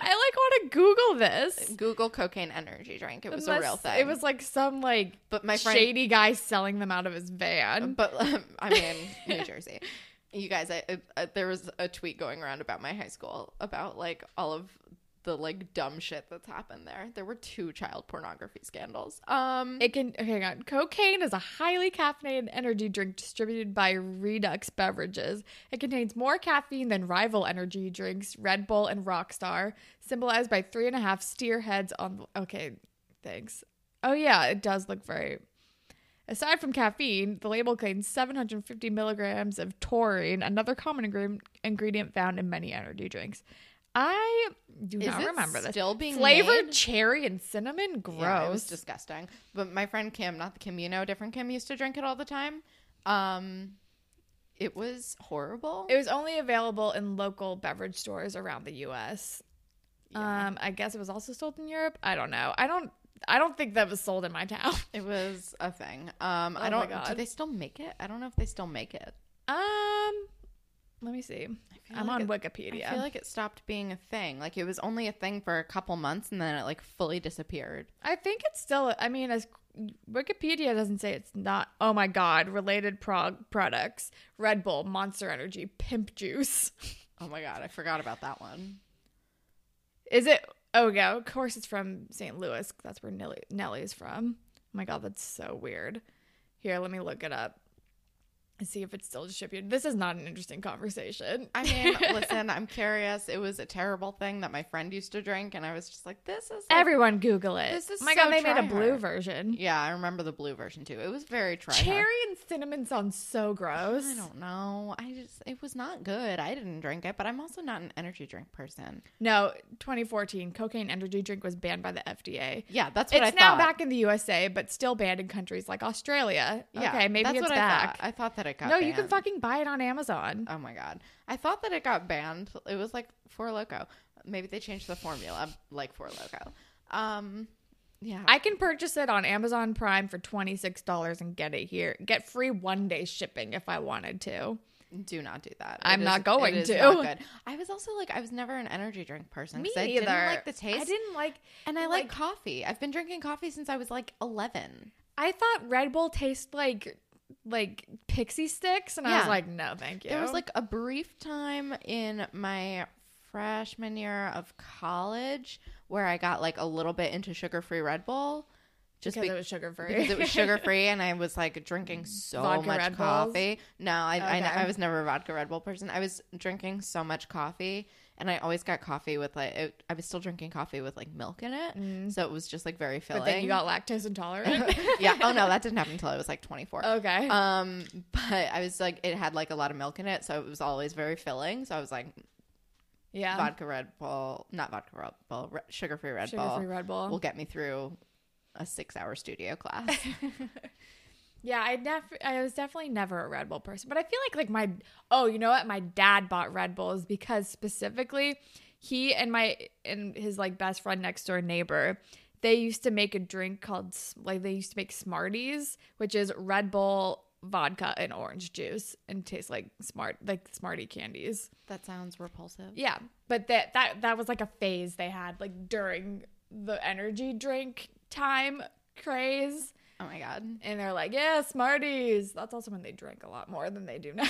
[SPEAKER 2] I like want to Google this.
[SPEAKER 1] Google cocaine energy drink. It was a
[SPEAKER 2] Unless
[SPEAKER 1] real thing.
[SPEAKER 2] It was like some like
[SPEAKER 1] but my friend
[SPEAKER 2] shady guy selling them out of his van.
[SPEAKER 1] But um, I mean, New Jersey. You guys, I, I, I- there was a tweet going around about my high school about like all of the like dumb shit that's happened there. There were two child pornography scandals. Um,
[SPEAKER 2] It can hang on. Cocaine is a highly caffeinated energy drink distributed by Redux Beverages. It contains more caffeine than rival energy drinks Red Bull and Rockstar, symbolized by three and a half steer heads on. Okay, thanks. Oh yeah, it does look very. Aside from caffeine, the label claims 750 milligrams of taurine, another common ingre- ingredient found in many energy drinks. I do
[SPEAKER 1] Is
[SPEAKER 2] not
[SPEAKER 1] it
[SPEAKER 2] remember this.
[SPEAKER 1] still being
[SPEAKER 2] flavored
[SPEAKER 1] made?
[SPEAKER 2] cherry and cinnamon. Gross.
[SPEAKER 1] yeah, it was disgusting. But my friend Kim, not the Kim you know, different Kim, used to drink it all the time. Um, it was horrible.
[SPEAKER 2] It was only available in local beverage stores around the U.S. Um, I guess it was also sold in Europe. I don't know. I don't. I don't think that was sold in my town.
[SPEAKER 1] It was a thing. Um,
[SPEAKER 2] Oh my
[SPEAKER 1] I don't. Do
[SPEAKER 2] God.
[SPEAKER 1] they still make it? I don't know if they still make it.
[SPEAKER 2] Um, let me see. I'm
[SPEAKER 1] like
[SPEAKER 2] on
[SPEAKER 1] it-
[SPEAKER 2] Wikipedia.
[SPEAKER 1] I feel like it stopped being a thing. Like it was only a thing for a couple months and then it like fully disappeared.
[SPEAKER 2] I think it's still. I mean, as Wikipedia doesn't say it's not. Oh my God! Related prog- products: Red Bull, Monster Energy, Pimp Juice.
[SPEAKER 1] Oh my god, I forgot about that one.
[SPEAKER 2] Is it? Oh yeah, of course it's from St. Louis. That's where Nelly, Nellie's from. Oh my god, that's so weird. Here, let me look it up and see if it's still distributed. This is not an interesting conversation.
[SPEAKER 1] I mean, listen, I'm curious. It was a terrible thing that my friend used to drink and I was just like, this is like-
[SPEAKER 2] Everyone Google it.
[SPEAKER 1] This is
[SPEAKER 2] oh my
[SPEAKER 1] so
[SPEAKER 2] god, they made a blue
[SPEAKER 1] tryhard.
[SPEAKER 2] version.
[SPEAKER 1] Yeah, I remember the blue version too. It was very try. hard.
[SPEAKER 2] Cherry and cinnamon sounds so gross.
[SPEAKER 1] I don't know. I just it was not good. I didn't drink it, but I'm also not an energy drink person.
[SPEAKER 2] No, 2014, cocaine energy drink was banned by the FDA.
[SPEAKER 1] Yeah, that's what
[SPEAKER 2] It's
[SPEAKER 1] I
[SPEAKER 2] now
[SPEAKER 1] thought.
[SPEAKER 2] back in the USA, but still banned in countries like Australia.
[SPEAKER 1] Yeah,
[SPEAKER 2] okay, maybe
[SPEAKER 1] that's
[SPEAKER 2] it's
[SPEAKER 1] what
[SPEAKER 2] back.
[SPEAKER 1] I thought. I thought that it got
[SPEAKER 2] no, you can
[SPEAKER 1] banned.
[SPEAKER 2] fucking buy it on Amazon.
[SPEAKER 1] Oh my god. I thought that it got banned. It was like Four Loco. Maybe they changed the formula like Four Loco. Um yeah.
[SPEAKER 2] I can purchase it on Amazon Prime for twenty six dollars and get it here. Get free one day shipping if I wanted to.
[SPEAKER 1] do not do that.
[SPEAKER 2] I'm
[SPEAKER 1] It
[SPEAKER 2] not
[SPEAKER 1] it
[SPEAKER 2] going
[SPEAKER 1] is
[SPEAKER 2] to.
[SPEAKER 1] not good. I was also like I was never an energy drink person. 'cause I didn't like the taste.
[SPEAKER 2] I didn't like,
[SPEAKER 1] and I like, coffee. I've been drinking coffee since I was like 11.
[SPEAKER 2] I thought Red Bull tastes like like pixie sticks, and I was
[SPEAKER 1] Yeah.
[SPEAKER 2] like, no, thank you.
[SPEAKER 1] There was like a brief time in my freshman year of college where I got like a little bit into sugar-free Red Bull, Just
[SPEAKER 2] because
[SPEAKER 1] be-
[SPEAKER 2] it was sugar free.
[SPEAKER 1] because it was sugar free and I was like drinking so
[SPEAKER 2] Vodka
[SPEAKER 1] much
[SPEAKER 2] Red Bulls?
[SPEAKER 1] coffee. No, I, I
[SPEAKER 2] Okay.
[SPEAKER 1] I was never a vodka Red Bull person. I was drinking so much coffee and I always got coffee with like it, I was still drinking coffee with like milk in it, so it was just like very filling.
[SPEAKER 2] Mm. but then you got lactose intolerant.
[SPEAKER 1] yeah. Oh no, that didn't happen until I was like 24.
[SPEAKER 2] okay.
[SPEAKER 1] Um, but I was like, it had like a lot of milk in it, so it was always very filling. So I was like,
[SPEAKER 2] yeah.
[SPEAKER 1] vodka Red Bull, not vodka Red Bull, sugar free Red
[SPEAKER 2] Sugar free
[SPEAKER 1] Bull
[SPEAKER 2] Red Bull.
[SPEAKER 1] will get me through a six hour studio class.
[SPEAKER 2] Yeah, I def- I was definitely never a Red Bull person, but I feel like like my oh, you know what? My dad bought Red Bulls because specifically he and my and his like best friend next door neighbor, they used to make a drink called s- like they used to make Smarties, which is Red Bull vodka and orange juice and tastes like smart like Smartie candies.
[SPEAKER 1] that sounds repulsive.
[SPEAKER 2] Yeah, but that that that was like a phase they had like during the energy drink time craze.
[SPEAKER 1] Oh my god.
[SPEAKER 2] And they're like, yeah, Smarties. That's also when they drink a lot more than they do now.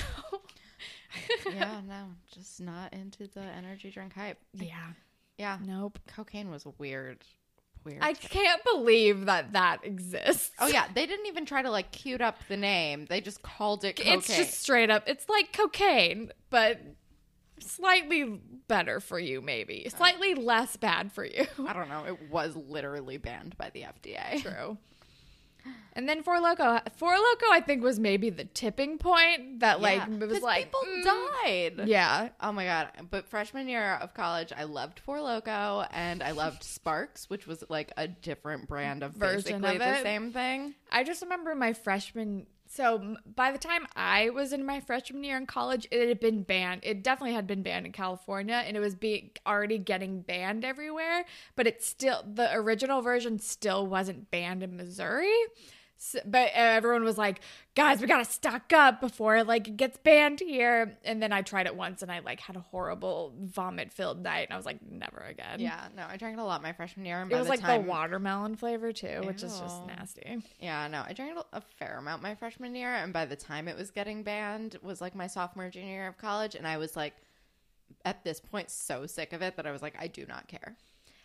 [SPEAKER 1] Yeah, no, just not into the energy drink hype.
[SPEAKER 2] yeah.
[SPEAKER 1] Yeah,
[SPEAKER 2] Nope.
[SPEAKER 1] cocaine was weird, weird.
[SPEAKER 2] I can't believe that that exists.
[SPEAKER 1] oh yeah, they didn't even try to like cute up the name. They just called it cocaine.
[SPEAKER 2] It's just straight up. It's like cocaine, but slightly better for you, maybe. Slightly less bad for you.
[SPEAKER 1] I don't know. It was literally banned by the FDA.
[SPEAKER 2] True. And then Four Loco. Four Loco, I think, was maybe the tipping point that, like,
[SPEAKER 1] Yeah,
[SPEAKER 2] it
[SPEAKER 1] 'cause
[SPEAKER 2] was like.
[SPEAKER 1] people
[SPEAKER 2] mm,
[SPEAKER 1] died.
[SPEAKER 2] Yeah.
[SPEAKER 1] Oh my god! But freshman year of college, I loved Four Loco and I loved Sparks, which was like a different brand of
[SPEAKER 2] Version
[SPEAKER 1] basically
[SPEAKER 2] of
[SPEAKER 1] the
[SPEAKER 2] it.
[SPEAKER 1] same thing.
[SPEAKER 2] I just remember my freshman. So m- by the time I was in my freshman year in college, it had been banned. It definitely had been banned in California, and it was be, already getting banned everywhere. But it still the original version still wasn't banned in Missouri. So, but everyone was like, "Guys, we gotta stock up before like it gets banned here." And then I tried it once, and I like had a horrible vomit filled night, and I was like, "Never again."
[SPEAKER 1] Yeah, no, I drank it a lot my freshman year. And
[SPEAKER 2] It
[SPEAKER 1] by
[SPEAKER 2] was
[SPEAKER 1] the
[SPEAKER 2] like
[SPEAKER 1] time,
[SPEAKER 2] the watermelon flavor too, which is just
[SPEAKER 1] Ew.
[SPEAKER 2] nasty.
[SPEAKER 1] Yeah, no, I drank a fair amount my freshman year, and by the time it was getting banned, was like my sophomore, junior year of college, and I was like, at this point, so sick of it that I was like, I do not care.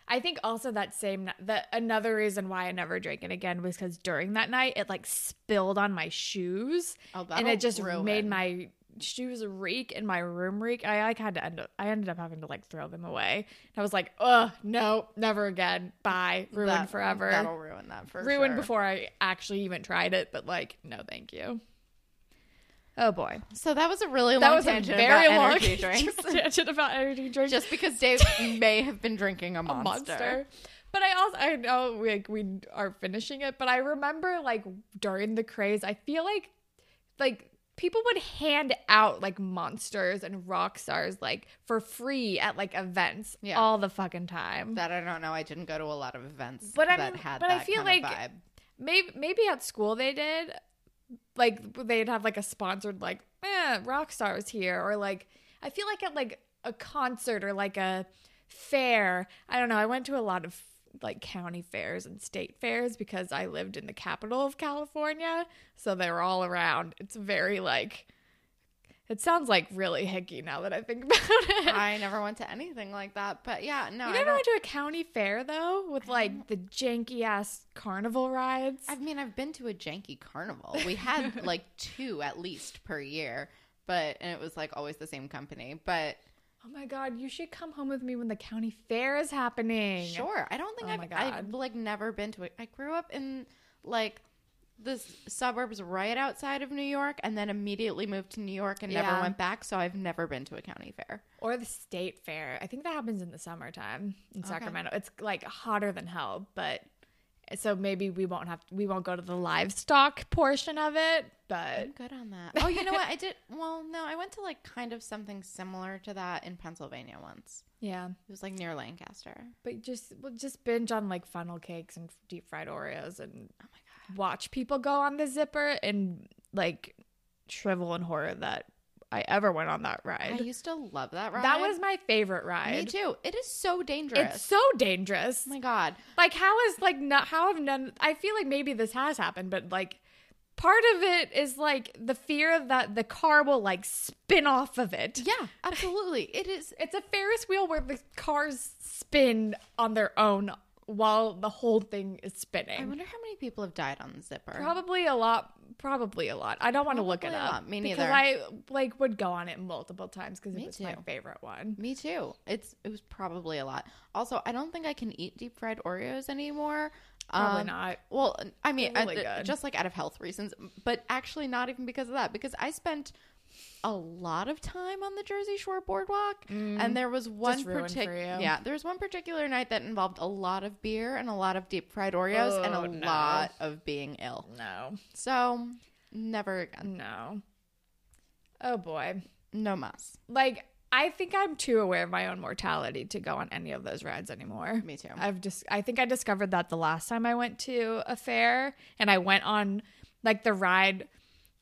[SPEAKER 2] I think also that same that another reason why I never drank it again was because during that night it like spilled on my shoes
[SPEAKER 1] Oh,
[SPEAKER 2] and
[SPEAKER 1] that'll
[SPEAKER 2] it just
[SPEAKER 1] ruin.
[SPEAKER 2] made my shoes reek and my room reek. I like had to end up I ended up having to like throw them away. And I was like, ugh, no, never again. Bye, ruined
[SPEAKER 1] That- That'll
[SPEAKER 2] forever.
[SPEAKER 1] ruin that for
[SPEAKER 2] Ruined
[SPEAKER 1] sure.
[SPEAKER 2] before I actually even tried it, but like, no, thank you. Oh boy,
[SPEAKER 1] So that was a really
[SPEAKER 2] that
[SPEAKER 1] long
[SPEAKER 2] was a
[SPEAKER 1] tangent
[SPEAKER 2] very
[SPEAKER 1] about
[SPEAKER 2] long
[SPEAKER 1] energy drinks.
[SPEAKER 2] tangent about energy drinks.
[SPEAKER 1] Just because Dave may have been drinking a
[SPEAKER 2] a
[SPEAKER 1] monster.
[SPEAKER 2] monster. But I also I know like we are finishing it, but I remember like during the craze, I feel like like people would hand out like monsters and rock stars like for free at like events
[SPEAKER 1] Yeah.
[SPEAKER 2] all the fucking time.
[SPEAKER 1] That I don't know. I didn't go to a lot of events
[SPEAKER 2] But I
[SPEAKER 1] that
[SPEAKER 2] mean-
[SPEAKER 1] had
[SPEAKER 2] but I
[SPEAKER 1] that
[SPEAKER 2] feel
[SPEAKER 1] kind
[SPEAKER 2] like-
[SPEAKER 1] of vibe.
[SPEAKER 2] maybe maybe at school they did like they'd have like a sponsored like eh, rock stars here or like i feel like at like a concert or like a fair i don't know i went to a lot of like county fairs and state fairs because i lived in the capital of california so they were all around it's very like it sounds like really hicky now that i think about it
[SPEAKER 1] I never went to anything like that. But yeah, no,
[SPEAKER 2] you
[SPEAKER 1] I
[SPEAKER 2] never
[SPEAKER 1] don't.
[SPEAKER 2] went to a county fair though with like the janky ass carnival rides
[SPEAKER 1] I mean, I've been to a janky carnival. We had like two at least per year, but and it was like always the same company. But
[SPEAKER 2] Oh my god, you should come home with me when the county fair is happening.
[SPEAKER 1] sure, I don't think
[SPEAKER 2] Oh
[SPEAKER 1] I've,
[SPEAKER 2] my
[SPEAKER 1] I've
[SPEAKER 2] God.
[SPEAKER 1] like never been to it. I grew up in like the s- suburbs right outside of New York, and then immediately moved to New York and never
[SPEAKER 2] Yeah.
[SPEAKER 1] went back. So I've never been to a county fair.
[SPEAKER 2] Or the state fair. I think that happens in the summertime in Sacramento. It's like hotter than hell, but so maybe we won't have we won't go to the livestock portion of it, but
[SPEAKER 1] I'm good on that. Oh, you know what? I did. Well, no, I went to like kind of something similar to that in Pennsylvania once.
[SPEAKER 2] yeah.
[SPEAKER 1] It was like near Lancaster.
[SPEAKER 2] But just well, just binge on like funnel cakes and deep fried Oreos and oh my god. Watch people go on the zipper and like shrivel in horror that I ever went on that
[SPEAKER 1] I
[SPEAKER 2] ride.
[SPEAKER 1] used to love that ride.
[SPEAKER 2] That was my favorite ride.
[SPEAKER 1] me too. It is so dangerous.
[SPEAKER 2] It's so dangerous.
[SPEAKER 1] oh my god.
[SPEAKER 2] Like how is like not how have none I feel like maybe this has happened, but like part of it is like the fear that the car will like spin off of it.
[SPEAKER 1] Yeah, absolutely. It is.
[SPEAKER 2] It's a Ferris wheel where the cars spin on their own while the whole thing is
[SPEAKER 1] I
[SPEAKER 2] spinning.
[SPEAKER 1] wonder how many people have died on the zipper.
[SPEAKER 2] Probably a lot. Probably a lot. I don't want to look it
[SPEAKER 1] Probably a
[SPEAKER 2] up.
[SPEAKER 1] lot. Me
[SPEAKER 2] because
[SPEAKER 1] neither.
[SPEAKER 2] I like would go on it multiple times because
[SPEAKER 1] Me
[SPEAKER 2] it was my
[SPEAKER 1] too.
[SPEAKER 2] favorite one.
[SPEAKER 1] Me too. It's it was probably a lot. Also, I don't think I can eat deep fried Oreos anymore.
[SPEAKER 2] Probably
[SPEAKER 1] Um,
[SPEAKER 2] not.
[SPEAKER 1] Well, I mean,
[SPEAKER 2] They're really
[SPEAKER 1] uh,
[SPEAKER 2] good.
[SPEAKER 1] just like out of health reasons, but actually not even because of that. Because I spent a lot of time on the Jersey Shore boardwalk, and there was one
[SPEAKER 2] Mm, ruined for
[SPEAKER 1] particular
[SPEAKER 2] you.
[SPEAKER 1] yeah, there was one particular night that involved a lot of beer and a lot of deep fried Oreos and
[SPEAKER 2] Oh,
[SPEAKER 1] a
[SPEAKER 2] no.
[SPEAKER 1] lot of being ill.
[SPEAKER 2] No,
[SPEAKER 1] So never again.
[SPEAKER 2] no. Oh boy.
[SPEAKER 1] No mas.
[SPEAKER 2] Like I think I'm too aware of my own mortality to go on any of those rides anymore.
[SPEAKER 1] Me too.
[SPEAKER 2] I've just I think I discovered that the last time I went to a fair and I went on like the ride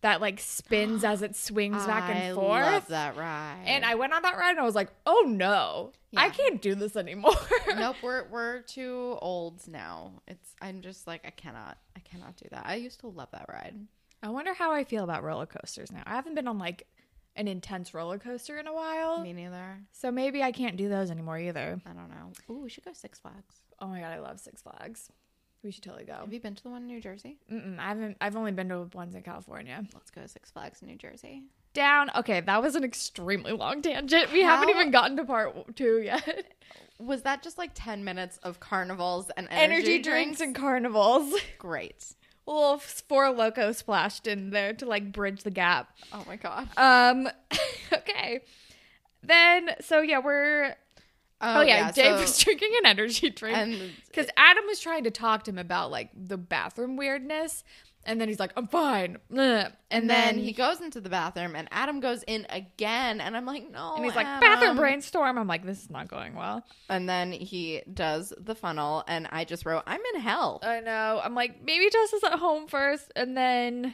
[SPEAKER 2] that like spins as it swings back and
[SPEAKER 1] I
[SPEAKER 2] forth.
[SPEAKER 1] love that ride.
[SPEAKER 2] And I went on that ride and I was like, oh no, I
[SPEAKER 1] Yeah.
[SPEAKER 2] can't do this anymore.
[SPEAKER 1] nope, we're we're too old now. It's I'm just like I cannot I cannot do that. I used to love that ride.
[SPEAKER 2] I wonder how I feel about roller coasters now. I haven't been on like an intense roller coaster in a while.
[SPEAKER 1] Me neither.
[SPEAKER 2] so maybe I can't do those anymore either.
[SPEAKER 1] I don't know. Ooh, we should go Six Flags.
[SPEAKER 2] Oh my god, I love Six Flags. We should totally go.
[SPEAKER 1] Have you been to the one in New Jersey?
[SPEAKER 2] Mm-mm, I haven't. I've only been to ones in California.
[SPEAKER 1] Let's go to Six Flags in New Jersey.
[SPEAKER 2] Down. Okay, that was an extremely long tangent. We haven't
[SPEAKER 1] How-
[SPEAKER 2] even gotten to part w- two yet.
[SPEAKER 1] Was that just like 10 minutes of carnivals and energy,
[SPEAKER 2] Energy
[SPEAKER 1] drinks?
[SPEAKER 2] drinks and carnivals.
[SPEAKER 1] Great.
[SPEAKER 2] Little four loco splashed in there to like bridge the gap.
[SPEAKER 1] Oh my god.
[SPEAKER 2] Um, okay. Then, so yeah, we're. Oh, yeah, Dave
[SPEAKER 1] so-
[SPEAKER 2] was drinking an energy drink.
[SPEAKER 1] and
[SPEAKER 2] Because Adam was trying to talk to him about like the bathroom weirdness. And then he's like, I'm fine. Bleh. And,
[SPEAKER 1] and
[SPEAKER 2] then,
[SPEAKER 1] then he goes into the bathroom and Adam goes in again and I'm like, "No."
[SPEAKER 2] and he's like,
[SPEAKER 1] Adam.
[SPEAKER 2] bathroom brainstorm. I'm like, this is not going well.
[SPEAKER 1] And then he does the funnel and I just wrote, "I'm in hell."
[SPEAKER 2] I know. I'm like, maybe Jess is at home first. And then.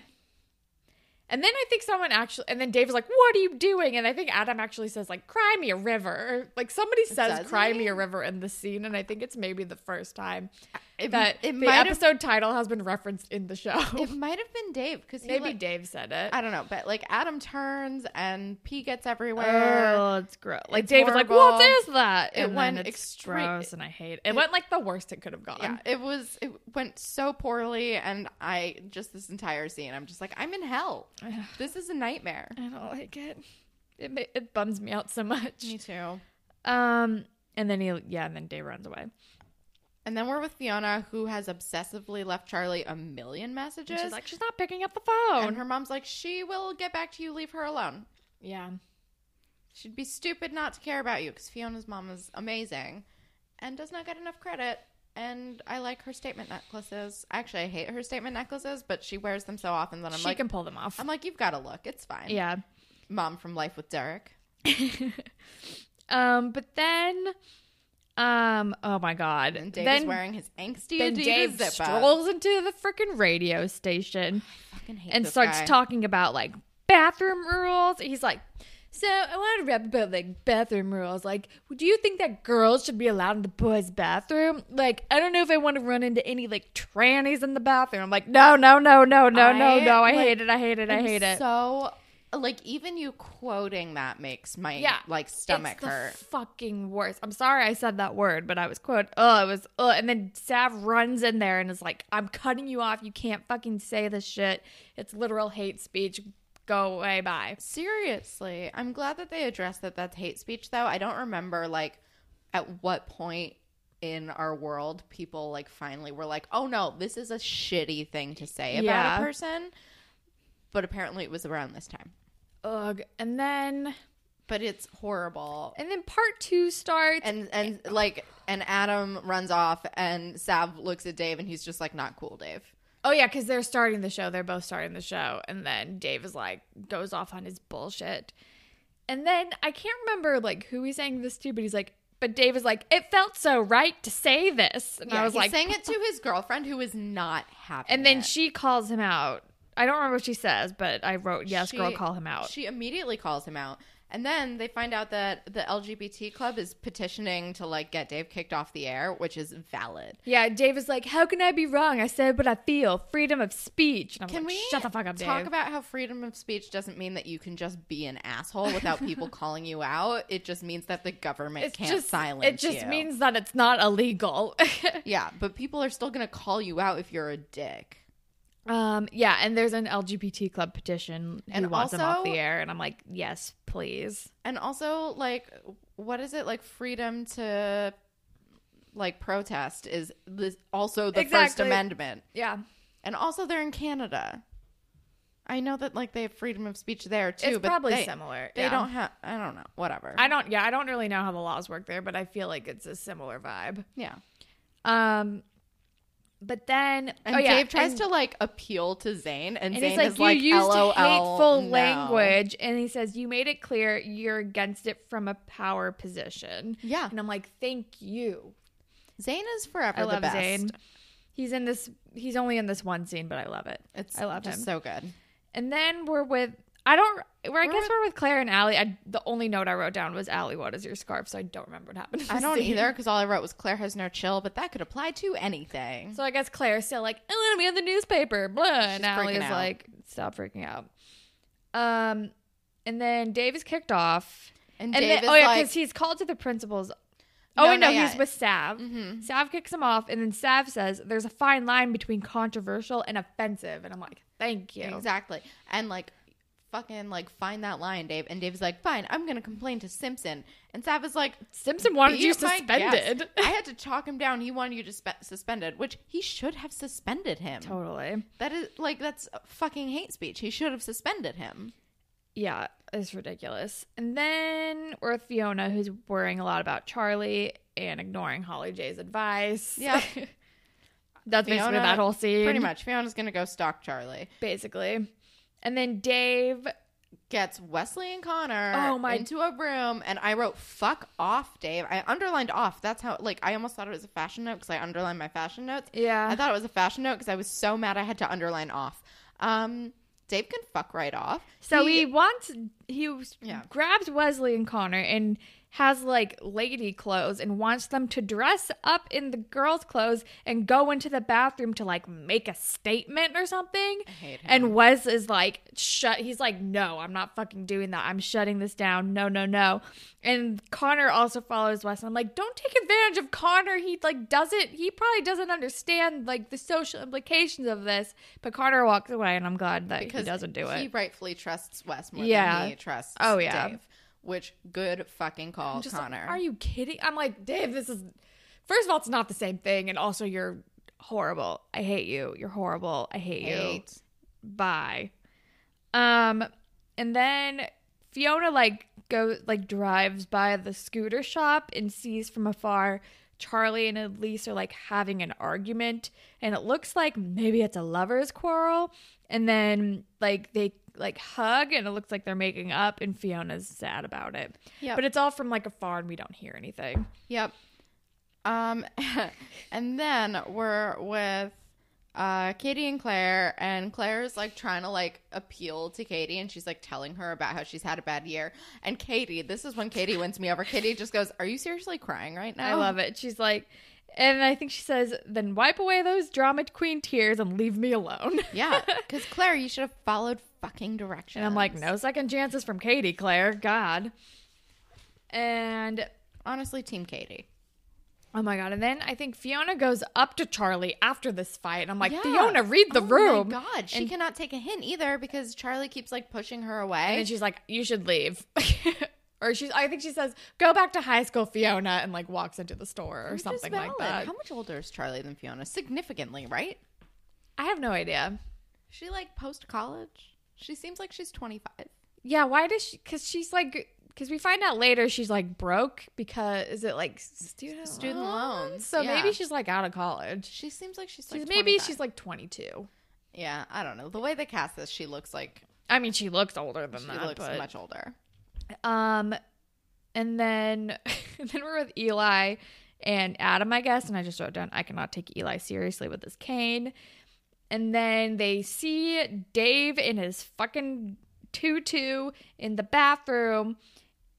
[SPEAKER 2] And then I think someone actually, and then Dave is like, "What are you doing?" And I think Adam actually says like, "Cry me a river." Like somebody says,
[SPEAKER 1] does
[SPEAKER 2] "Cry
[SPEAKER 1] it?
[SPEAKER 2] me a river" in the scene, and I think it's maybe the first time
[SPEAKER 1] It-
[SPEAKER 2] that
[SPEAKER 1] it
[SPEAKER 2] the
[SPEAKER 1] might have-
[SPEAKER 2] episode title has been referenced in the show.
[SPEAKER 1] It might have been Dave because
[SPEAKER 2] Maybe
[SPEAKER 1] like,
[SPEAKER 2] Dave said it.
[SPEAKER 1] I don't know, but like Adam turns and pee gets everywhere.
[SPEAKER 2] Oh, it's gross. Like
[SPEAKER 1] It's
[SPEAKER 2] Dave was like,
[SPEAKER 1] horrible.
[SPEAKER 2] "What is that?"
[SPEAKER 1] It
[SPEAKER 2] And
[SPEAKER 1] went
[SPEAKER 2] then it's
[SPEAKER 1] extre-
[SPEAKER 2] gross, and I hate it. It went like the worst it could have gone.
[SPEAKER 1] yeah, it was. It went so poorly, and I just this entire scene. I'm just like, I'm in hell. this is a nightmare.
[SPEAKER 2] I don't like it. It ma- it bums me out so much.
[SPEAKER 1] too.
[SPEAKER 2] Um, and then he yeah, and then Dave runs away,
[SPEAKER 1] And then we're with Fiona, who has obsessively left Charlie a million messages,
[SPEAKER 2] and she's like, "She's not picking up the phone."
[SPEAKER 1] and her mom's like, she will get back to you. Leave her alone.
[SPEAKER 2] yeah,
[SPEAKER 1] She'd be stupid not to care about you because Fiona's mom is amazing and does not get enough credit. And I like her statement necklaces. Actually, I hate her statement necklaces, but she wears them so often that I'm
[SPEAKER 2] she
[SPEAKER 1] like,
[SPEAKER 2] can pull them off.
[SPEAKER 1] I'm like, you've got to look. It's fine.
[SPEAKER 2] yeah.
[SPEAKER 1] Mom from Life with Derek.
[SPEAKER 2] Um, but then, um, oh my god,
[SPEAKER 1] And Dave
[SPEAKER 2] then
[SPEAKER 1] is wearing his angsty
[SPEAKER 2] then
[SPEAKER 1] Adidas
[SPEAKER 2] Dave
[SPEAKER 1] zip up.
[SPEAKER 2] strolls into the freaking radio station
[SPEAKER 1] I fucking hate
[SPEAKER 2] and
[SPEAKER 1] this
[SPEAKER 2] starts
[SPEAKER 1] guy.
[SPEAKER 2] talking about like bathroom rules. He's like, "So I want to rap about like bathroom rules. Like, do you think that girls should be allowed in the boys' bathroom? Like, I don't know if I want to run into any like trannies in the bathroom. I'm like, no, no, no, no, no, no,
[SPEAKER 1] I,
[SPEAKER 2] no. I
[SPEAKER 1] like,
[SPEAKER 2] hate it. I hate it. I
[SPEAKER 1] I'm
[SPEAKER 2] hate it.
[SPEAKER 1] So, like, even you quoting that makes my
[SPEAKER 2] Yeah.
[SPEAKER 1] like stomach
[SPEAKER 2] It's the
[SPEAKER 1] hurt.
[SPEAKER 2] Fucking worst. I'm sorry I said that word, but I was quote. Oh, it was. Oh, and then Sav runs in there and is like, "I'm cutting you off. You can't fucking say this shit. It's literal hate speech. Go away. Bye."
[SPEAKER 1] Seriously, I'm glad that they addressed that. That's hate speech, though. I don't remember like at what point in our world people like finally were like, "Oh no, this is a shitty thing to say about
[SPEAKER 2] Yeah.
[SPEAKER 1] a person." But apparently, it was around this time.
[SPEAKER 2] Ugh. And then
[SPEAKER 1] But it's horrible.
[SPEAKER 2] and then part two starts.
[SPEAKER 1] And and like and Adam runs off, and Sav looks at Dave, and he's just like, "Not cool, Dave."
[SPEAKER 2] oh yeah, because they're starting the show. They're both starting the show. And then Dave is like goes off on his bullshit. And then I can't remember like who he's saying this to, but he's like, but Dave is like, it felt so right to say this. And
[SPEAKER 1] Yeah,
[SPEAKER 2] I was
[SPEAKER 1] he's
[SPEAKER 2] like,
[SPEAKER 1] saying it to his girlfriend, who is not happy.
[SPEAKER 2] and then she calls him out. I don't remember what she says, but I wrote, yes, girl,
[SPEAKER 1] She-
[SPEAKER 2] call him out.
[SPEAKER 1] She immediately calls him out. And then they find out that the LGBT club is petitioning to like get Dave kicked off the air, which is valid.
[SPEAKER 2] yeah, Dave is like, how can I be wrong? I said what I feel, freedom of speech. And I'm
[SPEAKER 1] Can
[SPEAKER 2] like,
[SPEAKER 1] we
[SPEAKER 2] shut the fuck up, Dave?
[SPEAKER 1] Talk about how freedom of speech doesn't mean that you can just be an asshole without people calling you out. It just means that the government
[SPEAKER 2] It's
[SPEAKER 1] can't
[SPEAKER 2] just-
[SPEAKER 1] silence
[SPEAKER 2] It just
[SPEAKER 1] you.
[SPEAKER 2] means that it's not illegal.
[SPEAKER 1] yeah, but people are still going to call you out if you're a dick.
[SPEAKER 2] um, yeah, and there's an LGBT club petition and
[SPEAKER 1] And
[SPEAKER 2] who wants him off
[SPEAKER 1] also-
[SPEAKER 2] the air, and I'm like, yes, please.
[SPEAKER 1] And also, like, what is it like? Freedom to like protest is this also the First
[SPEAKER 2] Exactly.
[SPEAKER 1] Amendment,
[SPEAKER 2] Yeah,
[SPEAKER 1] and also they're in Canada. I know that like they have freedom of speech there too,
[SPEAKER 2] it's
[SPEAKER 1] but
[SPEAKER 2] probably
[SPEAKER 1] they,
[SPEAKER 2] similar.
[SPEAKER 1] They
[SPEAKER 2] yeah.
[SPEAKER 1] don't have. I don't know. Whatever.
[SPEAKER 2] I don't. Yeah, I don't really know how the laws work there, but I feel like it's a similar vibe.
[SPEAKER 1] yeah.
[SPEAKER 2] Oh, Um, but then
[SPEAKER 1] And
[SPEAKER 2] oh, yeah,
[SPEAKER 1] Dave tries
[SPEAKER 2] and-
[SPEAKER 1] to like appeal to Zayn, and,
[SPEAKER 2] And
[SPEAKER 1] Zayn
[SPEAKER 2] he's like,
[SPEAKER 1] is
[SPEAKER 2] you
[SPEAKER 1] like,
[SPEAKER 2] used
[SPEAKER 1] "LOL,
[SPEAKER 2] hateful
[SPEAKER 1] no."
[SPEAKER 2] language, and he says you made it clear you're against it from a power position.
[SPEAKER 1] Yeah.
[SPEAKER 2] and I'm like, thank you.
[SPEAKER 1] Zayn is forever
[SPEAKER 2] I
[SPEAKER 1] the
[SPEAKER 2] love
[SPEAKER 1] best.
[SPEAKER 2] Zayn. He's in this. He's only in this one scene, but I love it.
[SPEAKER 1] It's
[SPEAKER 2] I love
[SPEAKER 1] just
[SPEAKER 2] him.
[SPEAKER 1] so good.
[SPEAKER 2] and then we're with. I don't. Where I
[SPEAKER 1] We're
[SPEAKER 2] guess
[SPEAKER 1] with-
[SPEAKER 2] we're with Claire and Allie. I, the only note I wrote down was Allie, what is your scarf? So I don't remember what happened. in
[SPEAKER 1] I
[SPEAKER 2] this
[SPEAKER 1] don't
[SPEAKER 2] scene.
[SPEAKER 1] either because all I wrote was Claire has no chill, but that could apply to anything.
[SPEAKER 2] So I guess Claire's still like, I want to be in the newspaper. Blah. and
[SPEAKER 1] She's
[SPEAKER 2] Allie
[SPEAKER 1] freaking
[SPEAKER 2] is
[SPEAKER 1] out.
[SPEAKER 2] like, stop freaking out. Um, and then Dave is kicked off.
[SPEAKER 1] and,
[SPEAKER 2] And
[SPEAKER 1] Dave
[SPEAKER 2] then,
[SPEAKER 1] is
[SPEAKER 2] oh yeah,
[SPEAKER 1] like,
[SPEAKER 2] because he's called to the principal's.
[SPEAKER 1] No, Mm-hmm.
[SPEAKER 2] Oh wait, no,
[SPEAKER 1] no, yeah.
[SPEAKER 2] he's with Sav. Sav kicks him off, and then Sav says, "There's a fine line between controversial and offensive." And I'm like, "Thank you."
[SPEAKER 1] Exactly. And like fucking like find that line, Dave. And Dave's like, fine, I'm gonna complain to Simpson. And Sav is like,
[SPEAKER 2] Simpson wanted
[SPEAKER 1] "Beat
[SPEAKER 2] you
[SPEAKER 1] my guess."
[SPEAKER 2] suspended.
[SPEAKER 1] I had to talk him down. He wanted you to spe- suspended, which he should have suspended him.
[SPEAKER 2] Totally.
[SPEAKER 1] That is like that's fucking hate speech. He should have suspended him.
[SPEAKER 2] Yeah, it's ridiculous. And then we're with Fiona, who's worrying a lot about Charlie and ignoring Holly J's advice.
[SPEAKER 1] Yeah.
[SPEAKER 2] That's basically
[SPEAKER 1] Fiona,
[SPEAKER 2] that whole scene.
[SPEAKER 1] Pretty much. Fiona's gonna go stalk Charlie.
[SPEAKER 2] Basically. And then Dave,
[SPEAKER 1] Gets Wesley and Connor
[SPEAKER 2] Oh, my-
[SPEAKER 1] into a room, and I wrote "fuck off, Dave." I underlined "off." That's how. Like, I almost thought it was a fashion note because I underlined my fashion notes.
[SPEAKER 2] yeah.
[SPEAKER 1] I thought it was a fashion note because I was so mad I had to underline off. Um, Dave can fuck right off.
[SPEAKER 2] so he, wants, he s-
[SPEAKER 1] Yeah.
[SPEAKER 2] grabs Wesley and Connor and has like lady clothes and wants them to dress up in the girls' clothes and go into the bathroom to like make a statement or something.
[SPEAKER 1] hate him.
[SPEAKER 2] And Wes is like, shut. He's like, no, I'm not fucking doing that. I'm shutting this down. No, no, no. And Connor also follows Wes. I'm like, don't take advantage of Connor. He like doesn't. He probably doesn't understand like the social implications of this. But Connor walks away, and I'm glad that he doesn't do
[SPEAKER 1] He
[SPEAKER 2] it.
[SPEAKER 1] rightfully trusts Wes more
[SPEAKER 2] Yeah.
[SPEAKER 1] than he trusts.
[SPEAKER 2] Oh, yeah.
[SPEAKER 1] Dave, which good fucking call,
[SPEAKER 2] I'm just like,
[SPEAKER 1] Connor.
[SPEAKER 2] are you kidding? I'm like, Dave, this is. First of all, it's not the same thing, and also you're horrible. I hate you. You're horrible. I hate you.
[SPEAKER 1] Hate.
[SPEAKER 2] bye um and then fiona like go like drives by the scooter shop and sees from afar charlie and elise are like having an argument and it looks like maybe it's a lovers quarrel and then like they like hug and it looks like they're making up and fiona's sad about it
[SPEAKER 1] Yep.
[SPEAKER 2] but it's all from like afar and we don't hear anything
[SPEAKER 1] Yep. Um, and then we're with uh, Katie and Claire, and Claire's like trying to like appeal to Katie, and she's like telling her about how she's had a bad year. And Katie, this is when Katie wins me over. Katie just goes, "Are you seriously crying right now?"
[SPEAKER 2] I love it. She's like, and I think she says, then wipe away those drama queen tears and leave me alone.
[SPEAKER 1] Yeah, because Claire, you should have followed fucking directions.
[SPEAKER 2] And I'm like, no second chances from Katie, Claire. God. And
[SPEAKER 1] Honestly, Team Katie.
[SPEAKER 2] oh my God. And then I think Fiona goes up to Charlie after this fight. And I'm like,
[SPEAKER 1] Yeah.
[SPEAKER 2] Fiona, read the
[SPEAKER 1] oh
[SPEAKER 2] room.
[SPEAKER 1] My God, she
[SPEAKER 2] And-
[SPEAKER 1] cannot take a hint either because Charlie keeps like pushing her
[SPEAKER 2] And
[SPEAKER 1] away.
[SPEAKER 2] then she's like, you should leave. or she's, I think she says, go back to high school, Fiona, and like walks into the store or
[SPEAKER 1] Which is
[SPEAKER 2] something like
[SPEAKER 1] valid.
[SPEAKER 2] that.
[SPEAKER 1] How much older is Charlie than Fiona? Significantly, right?
[SPEAKER 2] I have no idea.
[SPEAKER 1] She like post college. She seems like she's 25.
[SPEAKER 2] Yeah, why does she? Because she's like, because we find out later she's like broke because is it like student
[SPEAKER 1] Student loans,
[SPEAKER 2] So
[SPEAKER 1] yeah.
[SPEAKER 2] maybe she's like out of college.
[SPEAKER 1] She seems like she's
[SPEAKER 2] She's
[SPEAKER 1] like
[SPEAKER 2] maybe
[SPEAKER 1] 25.
[SPEAKER 2] she's like twenty two.
[SPEAKER 1] yeah. I don't know. The way they cast this, she looks like
[SPEAKER 2] I mean, she looks older than
[SPEAKER 1] she
[SPEAKER 2] that.
[SPEAKER 1] looks
[SPEAKER 2] but,
[SPEAKER 1] much older.
[SPEAKER 2] Um, and then and then we're with Eli and Adam, I guess. And I just wrote down, I cannot take Eli seriously with this cane. And then they see Dave in his fucking tutu in the bathroom.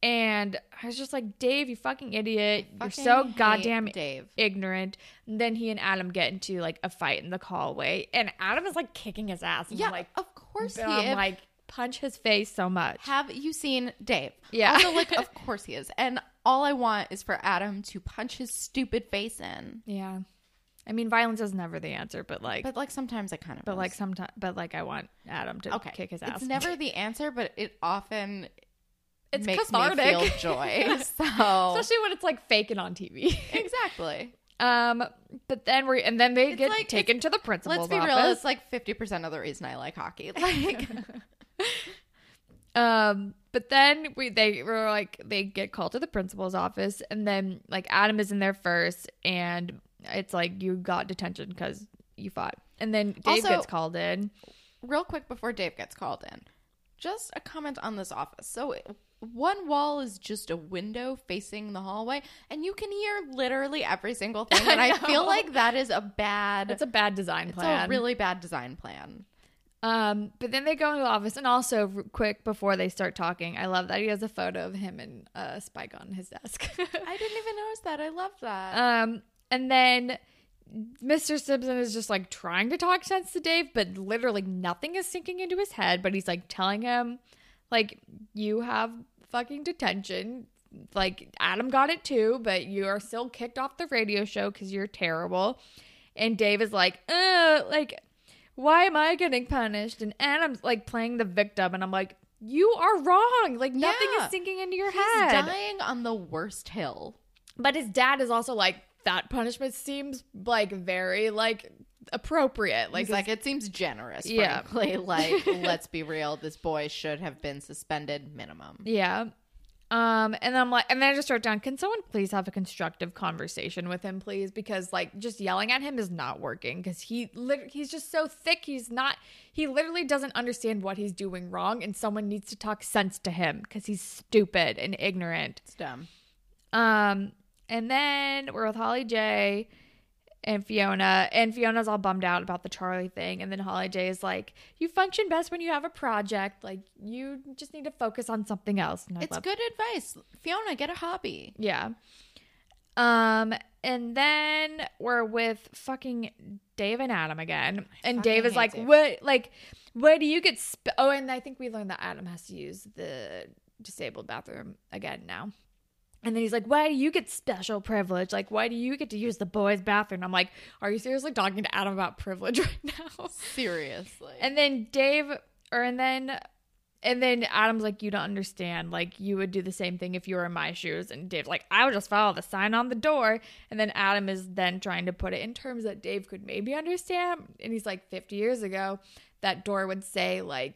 [SPEAKER 2] And I was just like, Dave, you fucking idiot.
[SPEAKER 1] Fucking
[SPEAKER 2] You're so
[SPEAKER 1] hate
[SPEAKER 2] goddamn
[SPEAKER 1] Dave.
[SPEAKER 2] ignorant. And then he and Adam get into like a fight in the hallway. And Adam is like kicking his ass. And
[SPEAKER 1] Yeah,
[SPEAKER 2] I'm like,
[SPEAKER 1] of course he
[SPEAKER 2] but I'm
[SPEAKER 1] is.
[SPEAKER 2] like, punch his face so much.
[SPEAKER 1] Have you seen Dave?
[SPEAKER 2] Yeah.
[SPEAKER 1] Also, like, of course he is. And all I want is for Adam to punch his stupid face in.
[SPEAKER 2] yeah. I mean, violence is never the answer, but like,
[SPEAKER 1] But like sometimes I kind of.
[SPEAKER 2] But
[SPEAKER 1] is.
[SPEAKER 2] like sometimes, but like I want Adam to
[SPEAKER 1] okay,
[SPEAKER 2] kick his ass.
[SPEAKER 1] It's never the answer, but it often
[SPEAKER 2] It's
[SPEAKER 1] makes
[SPEAKER 2] cathartic.
[SPEAKER 1] me feel joy. So
[SPEAKER 2] especially when it's like faking on TV.
[SPEAKER 1] exactly.
[SPEAKER 2] um, but then we and then they
[SPEAKER 1] It's
[SPEAKER 2] get
[SPEAKER 1] like-
[SPEAKER 2] taken to the principal's
[SPEAKER 1] Let's be
[SPEAKER 2] office.
[SPEAKER 1] real. It's like fifty percent of the reason I like hockey. Like,
[SPEAKER 2] Um, but then we they were like they get called to the principal's office, and then like Adam is in there first, and it's like you got detention because you fought, and then Dave
[SPEAKER 1] Also-
[SPEAKER 2] gets called in.
[SPEAKER 1] real quick before Dave gets called in, just a comment on this office. So one wall is just a window facing the hallway, and you can hear literally every single thing. And I, feel
[SPEAKER 2] know.
[SPEAKER 1] like that is a bad.
[SPEAKER 2] That's a bad design
[SPEAKER 1] it's
[SPEAKER 2] plan.
[SPEAKER 1] a really bad design plan.
[SPEAKER 2] Um, but then they go into the office, and also r- quick before they start talking, I love that he has a photo of him and uh, Spike on his desk.
[SPEAKER 1] I didn't even notice that. I love that.
[SPEAKER 2] um, and then Mr. Simpson is just like trying to talk sense to Dave, but literally nothing is sinking into his head. But he's like telling him, like, you have fucking detention. Like Adam got it too, but you are still kicked off the radio show because you're terrible. And Dave is like, uh, like, why am I getting punished? And Adam's like playing the victim, and I'm like, you are wrong. Like nothing
[SPEAKER 1] Yeah.
[SPEAKER 2] is sinking into your
[SPEAKER 1] He's
[SPEAKER 2] head.
[SPEAKER 1] dying on the worst hill.
[SPEAKER 2] But his dad is also like that punishment seems like very like appropriate. Like,
[SPEAKER 1] He's like, it seems generous,
[SPEAKER 2] Yeah.
[SPEAKER 1] frankly. Like, let's be real, this boy should have been suspended minimum.
[SPEAKER 2] yeah. Um, and I'm like, and then I just wrote down, can someone please have a constructive conversation with him, please? Because like just yelling at him is not working because he lit- he's just so thick. He's not. He literally doesn't understand what he's doing wrong, and someone needs to talk sense to him because he's stupid and ignorant.
[SPEAKER 1] It's dumb.
[SPEAKER 2] Um, and then we're with Holly J and Fiona, and Fiona's all bummed out about the Charlie thing. And then Holly J is like, "You function best when you have a project. Like, you just need to focus on something else." And I
[SPEAKER 1] It's
[SPEAKER 2] love-
[SPEAKER 1] good advice. Fiona, get a hobby.
[SPEAKER 2] yeah. Um, and then we're with fucking Dave and Adam again, and Dave
[SPEAKER 1] fucking
[SPEAKER 2] is like,
[SPEAKER 1] hate Dave.
[SPEAKER 2] "What? Like, what do you get?" Sp-? Oh, and I think we learned that Adam has to use the disabled bathroom again now. And then he's like, "Why do you get special privilege? Like, why do you get to use the boys' bathroom?" I'm like, "Are you seriously talking to Adam about privilege right now?"
[SPEAKER 1] Seriously.
[SPEAKER 2] And then Dave, or and then, and then Adam's like, you don't understand. Like you would do the same thing if you were in my shoes. And Dave's like, I would just follow the sign on the door. And then Adam is then trying to put it in terms that Dave could maybe understand. And he's like, 50 years ago, that door would say like,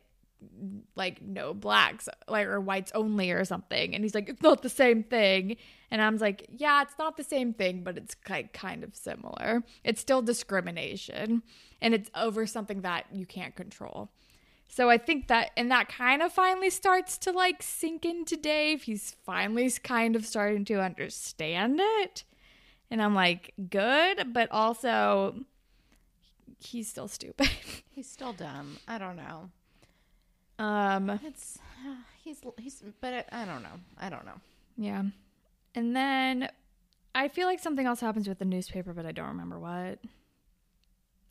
[SPEAKER 2] like no blacks like or whites only or something and he's like it's not the same thing and i'm like yeah it's not the same thing but it's like kind of similar it's still discrimination and it's over something that you can't control so i think that and that kind of finally starts to like sink into dave he's finally kind of starting to understand it and i'm like good but also he's still stupid
[SPEAKER 1] he's still dumb. I don't know.
[SPEAKER 2] um
[SPEAKER 1] It's he's he's but I, I don't know. I don't know.
[SPEAKER 2] Yeah. And then I feel like something else happens with the newspaper, but I don't remember what.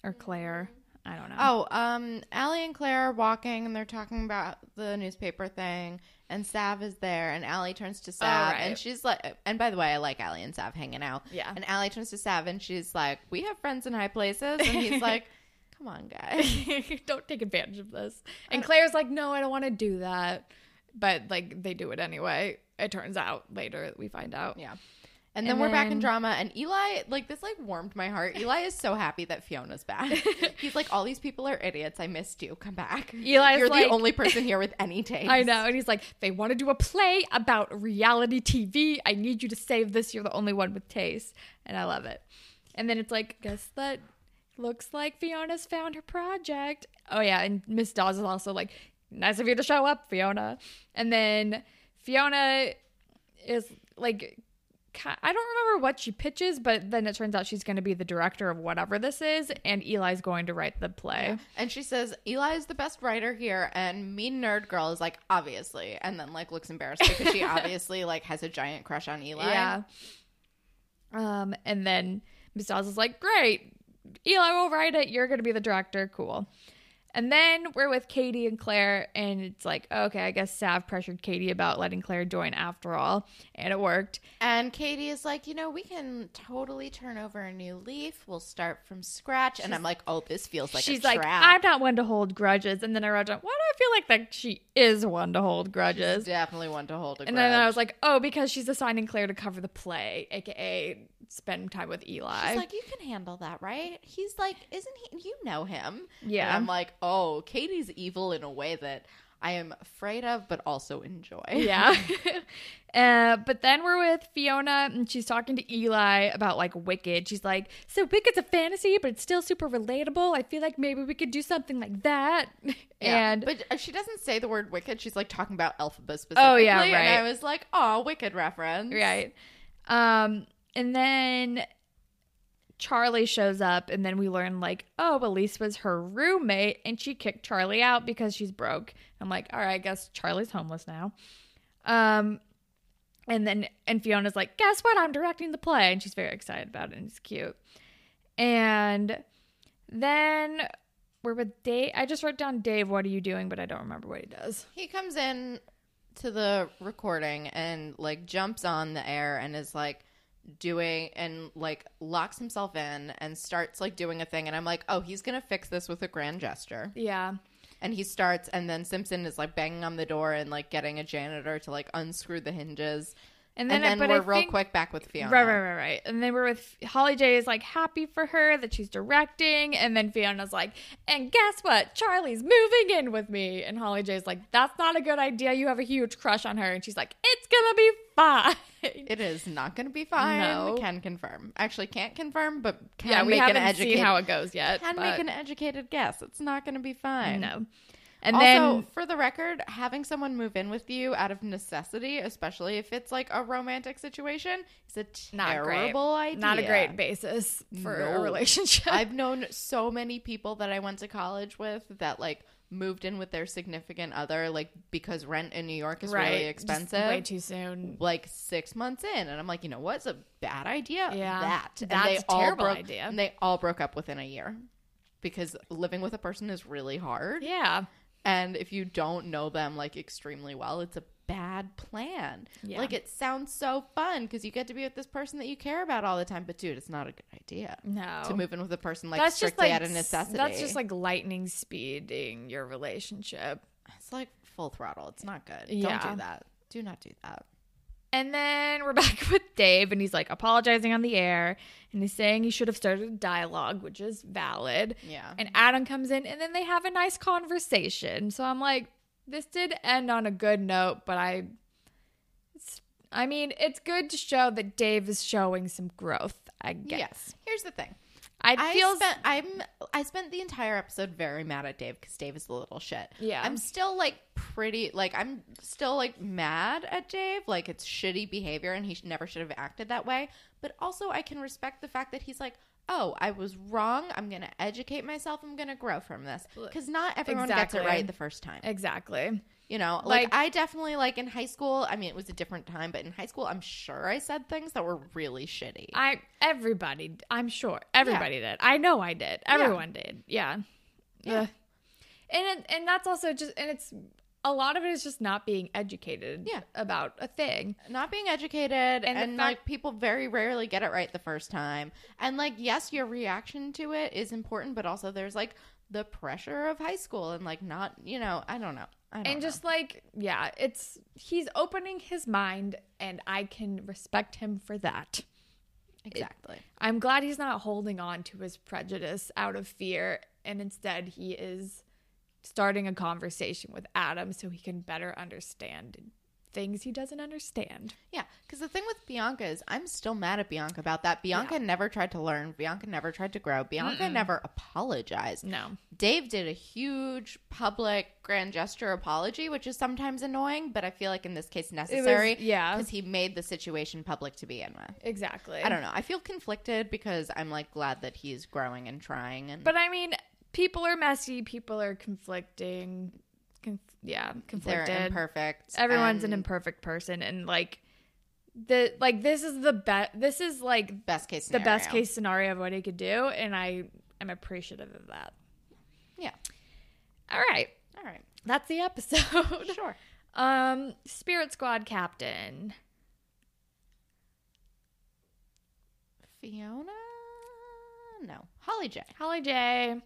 [SPEAKER 2] Or Claire. I don't know.
[SPEAKER 1] Oh, um, Allie and Claire are walking and they're talking about the newspaper thing, and Sav is there, and Allie turns to Sav,
[SPEAKER 2] right.
[SPEAKER 1] and she's like, and by the way, I like Allie and Sav hanging out.
[SPEAKER 2] Yeah.
[SPEAKER 1] And Allie turns to Sav, and she's like, "We have friends in high places," and he's like, "Come on, guy."
[SPEAKER 2] don't take advantage of this. And Claire's like, no, I don't want to do that. But like they do it anyway. It turns out later we find out.
[SPEAKER 1] Yeah. And then
[SPEAKER 2] And
[SPEAKER 1] we're back in
[SPEAKER 2] then-
[SPEAKER 1] drama, and Eli, like this, like warmed my heart. Eli is so happy that Fiona's back. He's like, "All these people are idiots. I missed you. Come back."
[SPEAKER 2] Eli's
[SPEAKER 1] you're
[SPEAKER 2] like-
[SPEAKER 1] the only person here with any taste.
[SPEAKER 2] I know. And he's like, they want to do a play about reality TV. I need you to save this. You're the only one with taste. And I love it. And then it's like, guess that looks like Fiona's found her project. Oh, yeah. And Miss Dawes is also like, nice of you to show up, Fiona. And then Fiona is like, ki- I don't remember what she pitches, but then it turns out she's going to be the director of whatever this is, and Eli's going to write the play.
[SPEAKER 1] And she says, Eli is the best writer here. And mean nerd girl is like, obviously. And then like looks embarrassed because she obviously like has a giant crush on Eli.
[SPEAKER 2] Yeah. Um, and then Miss Dawes is like, "Great, Eli will write it. You're gonna be the director. Cool." And then we're with Katie and Claire, and it's like, okay, I guess Sav pressured Katie about letting Claire join after all, and it worked.
[SPEAKER 1] And Katie is like, you know, we can totally turn over a new leaf. We'll start from scratch. and I'm like, oh, this feels like a
[SPEAKER 2] She's like,
[SPEAKER 1] trap.
[SPEAKER 2] I'm not one to hold grudges. And then I wrote down, why do I feel like that she is one to hold grudges?
[SPEAKER 1] definitely one to hold a
[SPEAKER 2] And then I
[SPEAKER 1] grudge.
[SPEAKER 2] was like, oh, because she's assigning Claire to cover the play, aka spend time with Eli.
[SPEAKER 1] She's like, you can handle that, right? He's like, isn't he? You know him.
[SPEAKER 2] Yeah.
[SPEAKER 1] And I'm like, oh, Katie's evil in a way that I am afraid of, but also enjoy.
[SPEAKER 2] yeah. uh, but then we're with Fiona, and she's talking to Eli about like Wicked. She's like, "So Wicked's a fantasy, but it's still super relatable. I feel like maybe we could do something like that."
[SPEAKER 1] Yeah.
[SPEAKER 2] And
[SPEAKER 1] but uh, she doesn't say the word wicked. She's like talking about Elphaba specifically.
[SPEAKER 2] Oh, yeah,
[SPEAKER 1] And I
[SPEAKER 2] right.
[SPEAKER 1] was like, oh, wicked reference.
[SPEAKER 2] right, um, and then Charlie shows up, and then we learn like, "Oh, Elise was her roommate, and she kicked Charlie out because she's broke." I'm like, "All right, I guess Charlie's homeless now." Um, And then and Fiona's like, guess what? I'm directing the play, and she's very excited about it, and it's cute. And then we're with Dave. I just wrote down Dave. What are you doing? But I don't remember what he does.
[SPEAKER 1] He comes in to the recording and like jumps on the air and is like doing and like locks himself in and starts like doing a thing. And I'm like, oh, he's going to fix this with a grand gesture.
[SPEAKER 2] Yeah,
[SPEAKER 1] And he starts, and then Simpson is like banging on the door and like getting a janitor to like unscrew the hinges.
[SPEAKER 2] and
[SPEAKER 1] And
[SPEAKER 2] then,
[SPEAKER 1] then,
[SPEAKER 2] but
[SPEAKER 1] we're
[SPEAKER 2] I
[SPEAKER 1] real
[SPEAKER 2] think-
[SPEAKER 1] quick back with Fiona.
[SPEAKER 2] Right, right, right, right. And then we're with Holly J is like happy for her that she's directing, and then Fiona's like, and guess what? Charlie's moving in with me. And Holly J is like, that's not a good idea. You have a huge crush on her, and she's like, it's gonna be fine.
[SPEAKER 1] It is not going to be fine.
[SPEAKER 2] No.
[SPEAKER 1] Can confirm. Actually, can't confirm, but can
[SPEAKER 2] yeah, we
[SPEAKER 1] make
[SPEAKER 2] haven't
[SPEAKER 1] an educated
[SPEAKER 2] seen how it goes yet.
[SPEAKER 1] can
[SPEAKER 2] but-
[SPEAKER 1] make an educated guess. It's not going to be fine.
[SPEAKER 2] No. And
[SPEAKER 1] also,
[SPEAKER 2] then
[SPEAKER 1] for the record, having someone move in with you out of necessity, especially if it's like a romantic situation, is a
[SPEAKER 2] not
[SPEAKER 1] terrible
[SPEAKER 2] great.
[SPEAKER 1] idea.
[SPEAKER 2] Not a great basis for a
[SPEAKER 1] No.
[SPEAKER 2] relationship.
[SPEAKER 1] I've known so many people that I went to college with that like moved in with their significant other, like because rent in New York is really
[SPEAKER 2] Just
[SPEAKER 1] expensive.
[SPEAKER 2] Way too soon.
[SPEAKER 1] like six months in, and I'm like, you know what's a bad idea?
[SPEAKER 2] Yeah.
[SPEAKER 1] that and
[SPEAKER 2] That's
[SPEAKER 1] they
[SPEAKER 2] a
[SPEAKER 1] all
[SPEAKER 2] terrible
[SPEAKER 1] broke-
[SPEAKER 2] idea.
[SPEAKER 1] And they all broke up within a year because living with a person is really hard,
[SPEAKER 2] Yeah.
[SPEAKER 1] and if you don't know them like extremely well, it's a bad plan.
[SPEAKER 2] Yeah.
[SPEAKER 1] Like it sounds so fun because you get to be with this person that you care about all the time, but dude, it's not a good idea
[SPEAKER 2] No.
[SPEAKER 1] to move in with a person like
[SPEAKER 2] that's just
[SPEAKER 1] strictly
[SPEAKER 2] like
[SPEAKER 1] out of
[SPEAKER 2] s-
[SPEAKER 1] necessity.
[SPEAKER 2] That's just like lightning speeding your relationship.
[SPEAKER 1] it's like full throttle. It's not good. Don't
[SPEAKER 2] Yeah.
[SPEAKER 1] do that. Do not do that.
[SPEAKER 2] And then we're back with Dave, and he's like apologizing on the air, and he's saying he should have started a dialogue, which is valid.
[SPEAKER 1] Yeah.
[SPEAKER 2] And Adam comes in, and then they have a nice conversation. So I'm like, this did end on a good note, but I, it's, I mean, it's good to show that Dave is showing some growth. I guess.
[SPEAKER 1] Yes. Here's the thing.
[SPEAKER 2] I
[SPEAKER 1] I
[SPEAKER 2] feel.
[SPEAKER 1] spent I'm I spent the entire episode very mad at Dave because Dave is a little shit.
[SPEAKER 2] Yeah.
[SPEAKER 1] I'm still like pretty like I'm still like mad at Dave. Like it's shitty behavior and he sh- never should have acted that way. But also I can respect the fact that he's like, oh, I was wrong. I'm gonna educate myself. I'm gonna grow from this because not everyone gets it
[SPEAKER 2] Exactly.
[SPEAKER 1] right the first time.
[SPEAKER 2] Exactly.
[SPEAKER 1] You know, like,
[SPEAKER 2] Like-
[SPEAKER 1] I definitely like in high school. I mean, it was a different time, but in high school, I'm sure I said things that were really shitty.
[SPEAKER 2] I everybody, I'm sure everybody did. I know I did. Everyone did. Yeah.
[SPEAKER 1] Yeah.
[SPEAKER 2] Ugh. And it- and that's also just and it's a lot of it is just not being educated
[SPEAKER 1] Yeah.
[SPEAKER 2] about a thing.
[SPEAKER 1] not being educated and,
[SPEAKER 2] the fact-
[SPEAKER 1] like people very rarely get it right the first time and like yes your reaction to it is important but also there's like the pressure of high school and like not you know i don't know I don't
[SPEAKER 2] And
[SPEAKER 1] know.
[SPEAKER 2] just like, yeah, it's he's opening his mind and I can respect him for that.
[SPEAKER 1] exactly
[SPEAKER 2] I'm glad he's not holding on to his prejudice out of fear and instead he is starting a conversation with Adam so he can better understand things he doesn't understand.
[SPEAKER 1] Yeah, because the thing with Bianca is I'm still mad at Bianca about that. Bianca never tried to learn. Bianca never tried to grow. Bianca never apologized.
[SPEAKER 2] No.
[SPEAKER 1] Dave did a huge public grand gesture apology, which is sometimes annoying, but I feel like in this case necessary.
[SPEAKER 2] yeah.
[SPEAKER 1] Because he made the situation public to begin with.
[SPEAKER 2] Exactly.
[SPEAKER 1] I don't know. I feel conflicted because I'm like glad that he's growing and trying and
[SPEAKER 2] But I mean, people are messy. People are conflicting. Conf- yeah,
[SPEAKER 1] they're
[SPEAKER 2] conflicted.
[SPEAKER 1] imperfect.
[SPEAKER 2] Everyone's an
[SPEAKER 1] and
[SPEAKER 2] imperfect person, and like the like this is the best. This is like
[SPEAKER 1] best case
[SPEAKER 2] the best
[SPEAKER 1] scenario.
[SPEAKER 2] case scenario of what he could do, and I am appreciative of that.
[SPEAKER 1] Yeah.
[SPEAKER 2] All right,
[SPEAKER 1] All right.
[SPEAKER 2] that's the episode.
[SPEAKER 1] Sure.
[SPEAKER 2] um, Spirit Squad Captain.
[SPEAKER 1] Fiona? No. Holly J.
[SPEAKER 2] Holly J.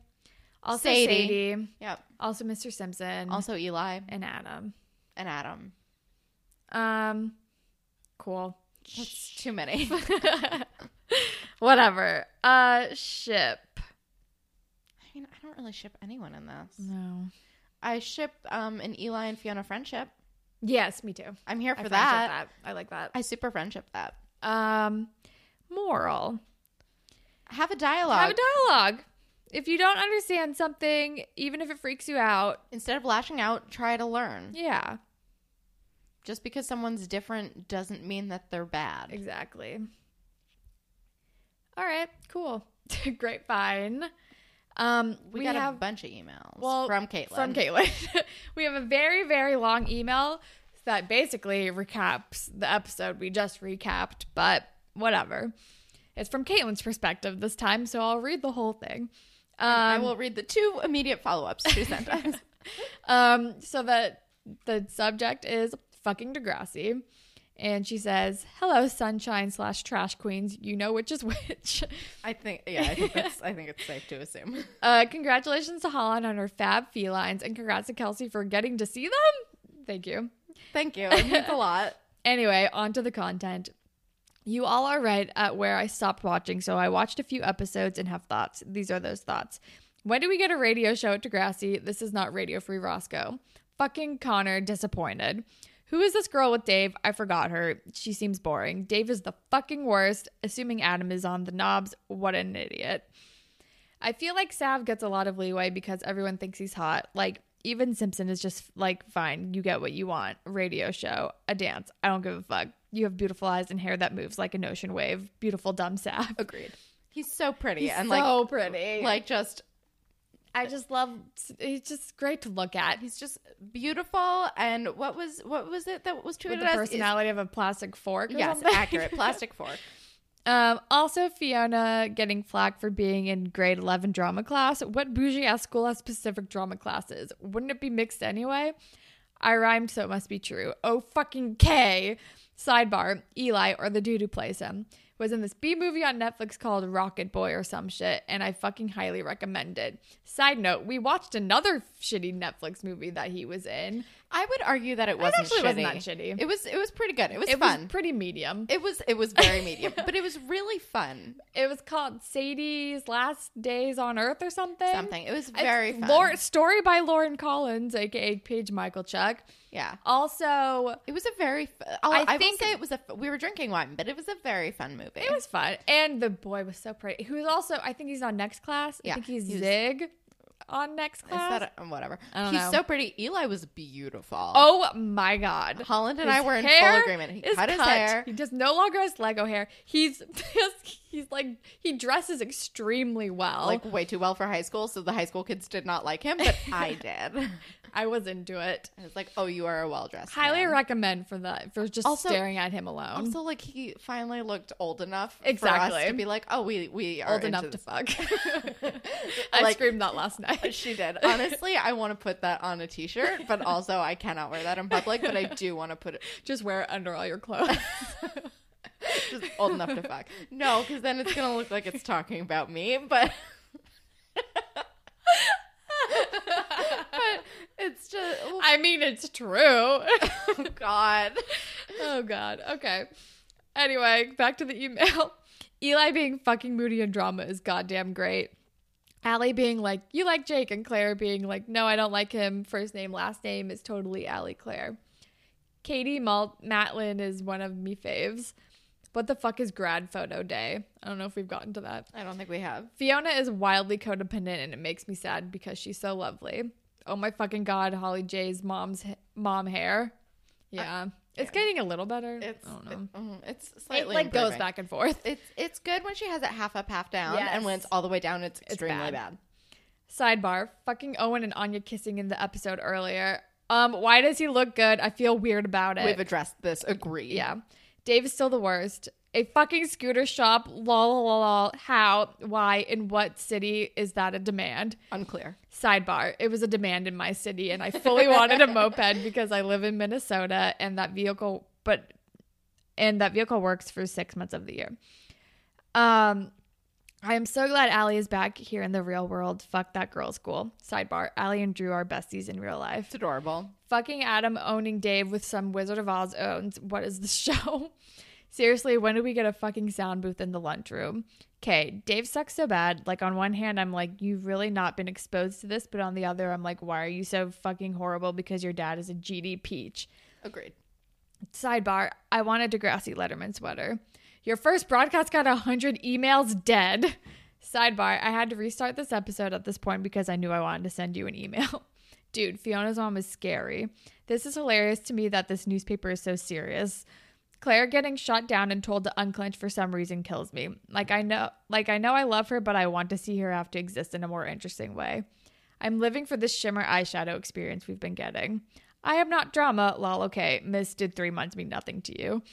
[SPEAKER 2] Also
[SPEAKER 1] Sadie.
[SPEAKER 2] Sadie.
[SPEAKER 1] Yep.
[SPEAKER 2] Also Mr. Simpson.
[SPEAKER 1] Also Eli
[SPEAKER 2] and Adam.
[SPEAKER 1] and Adam.
[SPEAKER 2] Um cool.
[SPEAKER 1] That's too many.
[SPEAKER 2] Whatever. Uh ship.
[SPEAKER 1] I mean, I don't really ship anyone in this.
[SPEAKER 2] No.
[SPEAKER 1] I ship um an Eli and Fiona friendship.
[SPEAKER 2] Yes, me too.
[SPEAKER 1] I'm here for
[SPEAKER 2] friendship
[SPEAKER 1] that.
[SPEAKER 2] I like that.
[SPEAKER 1] I super friendship that.
[SPEAKER 2] Um moral.
[SPEAKER 1] Have a dialogue.
[SPEAKER 2] Have a dialogue. If you don't understand something, even if it freaks you out,
[SPEAKER 1] Instead of lashing out, try to learn.
[SPEAKER 2] yeah,
[SPEAKER 1] Just because someone's different doesn't mean that they're bad.
[SPEAKER 2] exactly. All right, cool. Great fine. Um
[SPEAKER 1] We, got
[SPEAKER 2] have
[SPEAKER 1] a bunch of emails
[SPEAKER 2] Well,
[SPEAKER 1] from Caitlin.
[SPEAKER 2] From Caitlin. we have a very, very long email that basically recaps the episode we just recapped, but whatever. It's from Caitlin's perspective this time, so I'll read the whole thing.
[SPEAKER 1] I
[SPEAKER 2] Um,
[SPEAKER 1] will read the two immediate follow-ups she sent us.
[SPEAKER 2] um, so that the subject is fucking Degrassi. And she says, Hello, sunshine slash trash queens. You know which is which.
[SPEAKER 1] I think, yeah, I think, that's, I think it's safe to assume.
[SPEAKER 2] Uh, congratulations to Holland on her fab felines, and congrats to Kelsey for getting to see them. Thank you.
[SPEAKER 1] Thank you. It means a lot.
[SPEAKER 2] Anyway, on to the content. You all are right at where I stopped watching, so I watched a few episodes and have thoughts. These are those thoughts. When do we get a radio show at Degrassi? This is not Radio Free Roscoe. Fucking Connor, disappointed. Who is this girl with Dave? I forgot her. She seems boring. Dave is the fucking worst. Assuming Adam is on the knobs, what an idiot. I feel like Sav gets a lot of leeway because everyone thinks he's hot. Like, even Simpson is just like, fine, you get what you want. Radio show, a dance. I don't give a fuck. You have beautiful eyes and hair that moves like an ocean wave. Beautiful, dumb Sav.
[SPEAKER 1] Agreed. He's so pretty and
[SPEAKER 2] so
[SPEAKER 1] like
[SPEAKER 2] pretty.
[SPEAKER 1] like just
[SPEAKER 2] I just love. It's just great to look at.
[SPEAKER 1] he's
[SPEAKER 2] He's
[SPEAKER 1] just beautiful and what was what was it that was
[SPEAKER 2] with
[SPEAKER 1] tweeted
[SPEAKER 2] the
[SPEAKER 1] as
[SPEAKER 2] personality of a plastic fork. Or
[SPEAKER 1] Is- yes,
[SPEAKER 2] something.
[SPEAKER 1] accurate plastic fork.
[SPEAKER 2] Um, also, Fiona getting flack for being in grade 11 drama class. What bougie ass school has specific drama classes? Wouldn't it be mixed anyway? I rhymed, so it must be true. Oh, fucking K. Sidebar Eli, or the dude who plays him, was in this B movie on Netflix called Rocket Boy or some shit, and I fucking highly recommend it. Side note, we watched another shitty Netflix movie that he was in.
[SPEAKER 1] I would argue that it wasn't
[SPEAKER 2] actually
[SPEAKER 1] shitty.
[SPEAKER 2] wasn't that shitty.
[SPEAKER 1] It was it was pretty good. It was
[SPEAKER 2] It
[SPEAKER 1] fun.
[SPEAKER 2] was pretty medium.
[SPEAKER 1] it was it was very medium, but it was really fun.
[SPEAKER 2] It was called Sadie's Last Days on Earth or something.
[SPEAKER 1] Something. It was very
[SPEAKER 2] It's
[SPEAKER 1] fun.
[SPEAKER 2] Laur- story by Lauren Collins, aka Paige Michael Chuck.
[SPEAKER 1] yeah.
[SPEAKER 2] Also,
[SPEAKER 1] It was a very. F- I'll-
[SPEAKER 2] I
[SPEAKER 1] I,
[SPEAKER 2] think-
[SPEAKER 1] will say it was a. f- We were drinking wine, but it was a very fun movie.
[SPEAKER 2] it was fun, and the boy was so pretty. Who is also, I think he's on Next Class. I
[SPEAKER 1] Yeah,
[SPEAKER 2] think he's
[SPEAKER 1] he was-
[SPEAKER 2] Zig on Next
[SPEAKER 1] Is
[SPEAKER 2] Class.
[SPEAKER 1] that a, uh, whatever?
[SPEAKER 2] I don't
[SPEAKER 1] He's
[SPEAKER 2] know.
[SPEAKER 1] so pretty. Eli was beautiful.
[SPEAKER 2] oh my god!
[SPEAKER 1] Holland and
[SPEAKER 2] His
[SPEAKER 1] I were in full
[SPEAKER 2] hair
[SPEAKER 1] agreement. He
[SPEAKER 2] is
[SPEAKER 1] cut his hair.
[SPEAKER 2] He just no longer has Lego hair. He's he's like he dresses extremely well.
[SPEAKER 1] like way too well for high school, so the high school kids did not like him, but I did.
[SPEAKER 2] I was into it.
[SPEAKER 1] I was like, "Oh, you are a well dressed."
[SPEAKER 2] Highly recommend for that for just
[SPEAKER 1] Also-
[SPEAKER 2] staring at him alone.
[SPEAKER 1] Also, like he finally looked old enough for us
[SPEAKER 2] Exactly.
[SPEAKER 1] to be like, "Oh, we we are
[SPEAKER 2] old enough to
[SPEAKER 1] into
[SPEAKER 2] fuck. I
[SPEAKER 1] I Like-
[SPEAKER 2] screamed that last
[SPEAKER 1] this."
[SPEAKER 2] night.
[SPEAKER 1] She did. Honestly, I want to put that on a T-shirt, but also I cannot wear that in public. But I do want to put it
[SPEAKER 2] Just wear it under all your clothes.
[SPEAKER 1] just old enough to fuck. No, because then it's gonna look like it's talking about me. But but it's just
[SPEAKER 2] I mean, it's true. oh
[SPEAKER 1] oh god.
[SPEAKER 2] God. Okay. Anyway, back to the email. Eli being fucking moody and drama is goddamn great. Allie being like, you like Jake, and Claire being like, no, I don't like him. First name, last name is totally Allie Claire. Katie Mal- Matlin is one of me faves. What the fuck is grad photo day? I don't know if we've gotten to that.
[SPEAKER 1] I don't think we have.
[SPEAKER 2] Fiona is wildly codependent and it makes me sad because she's so lovely. Oh my fucking god, Holly J's mom's h- mom hair. Yeah. it's getting a little better.
[SPEAKER 1] It's
[SPEAKER 2] I don't know.
[SPEAKER 1] mhm, it's
[SPEAKER 2] It,
[SPEAKER 1] slightly
[SPEAKER 2] like goes
[SPEAKER 1] improving.
[SPEAKER 2] back and forth.
[SPEAKER 1] It's it's good when she has it half up, half down,
[SPEAKER 2] Yes.
[SPEAKER 1] and when it's all the way down, it's extremely bad.
[SPEAKER 2] bad. Sidebar: Fucking Owen and Anya kissing in the episode earlier. Um, why does he look good? I feel weird about it.
[SPEAKER 1] We've addressed this. Agree.
[SPEAKER 2] yeah, Dave is still the worst. A fucking scooter shop. Lol, lol, lol. How? Why? In what city is that a demand?
[SPEAKER 1] Unclear.
[SPEAKER 2] Sidebar: It was a demand in my city, and I fully wanted a moped because I live in Minnesota, and that vehicle, but, and that vehicle works for six months of the year. Um, I am so glad Allie is back here in the real world. Fuck that girl school. Sidebar: Allie and Drew are besties in real life.
[SPEAKER 1] It's adorable.
[SPEAKER 2] Fucking Adam owning Dave with some Wizard of Oz owns. What is the show? Seriously, when do we get a fucking sound booth in the lunchroom? Okay, Dave sucks so bad. Like, on one hand, I'm like, you've really not been exposed to this, but on the other, I'm like, why are you so fucking horrible because your dad is a GD peach?
[SPEAKER 1] Agreed.
[SPEAKER 2] Sidebar, I want a Degrassi Letterman sweater. Your first broadcast got 100 emails dead. Sidebar, I had to restart this episode at this point because I knew I wanted to send you an email. Dude, Fiona's mom is scary. This is hilarious to me that this newspaper is so serious. Claire getting shot down and told to unclench for some reason kills me. Like I know like I know I love her, but I want to see her have to exist in a more interesting way. I'm living for this shimmer eyeshadow experience we've been getting. I am not drama, lol okay. Miss did three months mean nothing to you.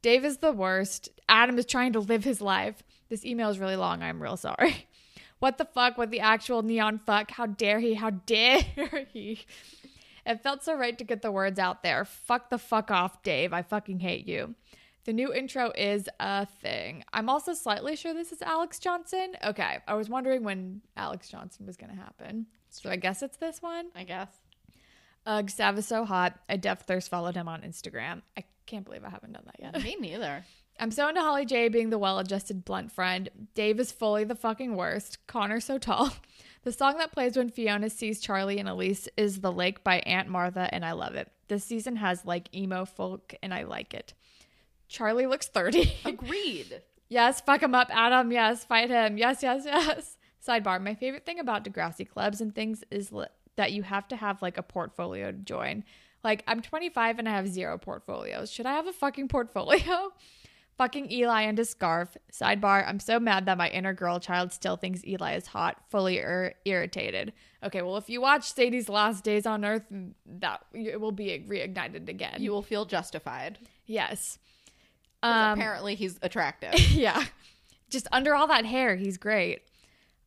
[SPEAKER 2] Dave is the worst. Adam is trying to live his life. This email is really long, I'm real sorry. What the fuck? What the actual neon fuck? How dare he? How dare he? It felt so right to get the words out there. Fuck the fuck off, Dave. I fucking hate you. The new intro is a thing. I'm also slightly sure this is Alex Johnson. Okay, I was wondering when Alex Johnson was gonna happen. So I guess it's this one.
[SPEAKER 1] I guess.
[SPEAKER 2] Ugh, Sav is so hot. A deaf thirst followed him on Instagram. I can't believe I haven't done that yet.
[SPEAKER 1] Me neither.
[SPEAKER 2] I'm so into Holly J being the well adjusted blunt friend. Dave is fully the fucking worst. Connor so tall. The song that plays when Fiona sees Charlie and Elise is The Lake by Aunt Martha, and I love it. This season has like emo folk, and I like it. Charlie looks 30.
[SPEAKER 1] Agreed.
[SPEAKER 2] Yes, fuck him up, Adam. Yes, fight him. Yes, yes, yes. Sidebar: My favorite thing about Degrassi clubs and things is li- that you have to have like a portfolio to join. Like I'm 25 and I have zero portfolios. Should I have a fucking portfolio? Fucking Eli and his scarf. Sidebar: I'm so mad that my inner girl child still thinks Eli is hot. Fully ir- irritated. Okay, well if you watch Sadie's Last Days on Earth, that it will be reignited again.
[SPEAKER 1] You will feel justified.
[SPEAKER 2] yes.
[SPEAKER 1] 'Cause
[SPEAKER 2] Um,
[SPEAKER 1] apparently, he's attractive.
[SPEAKER 2] yeah. Just under all that hair, he's great.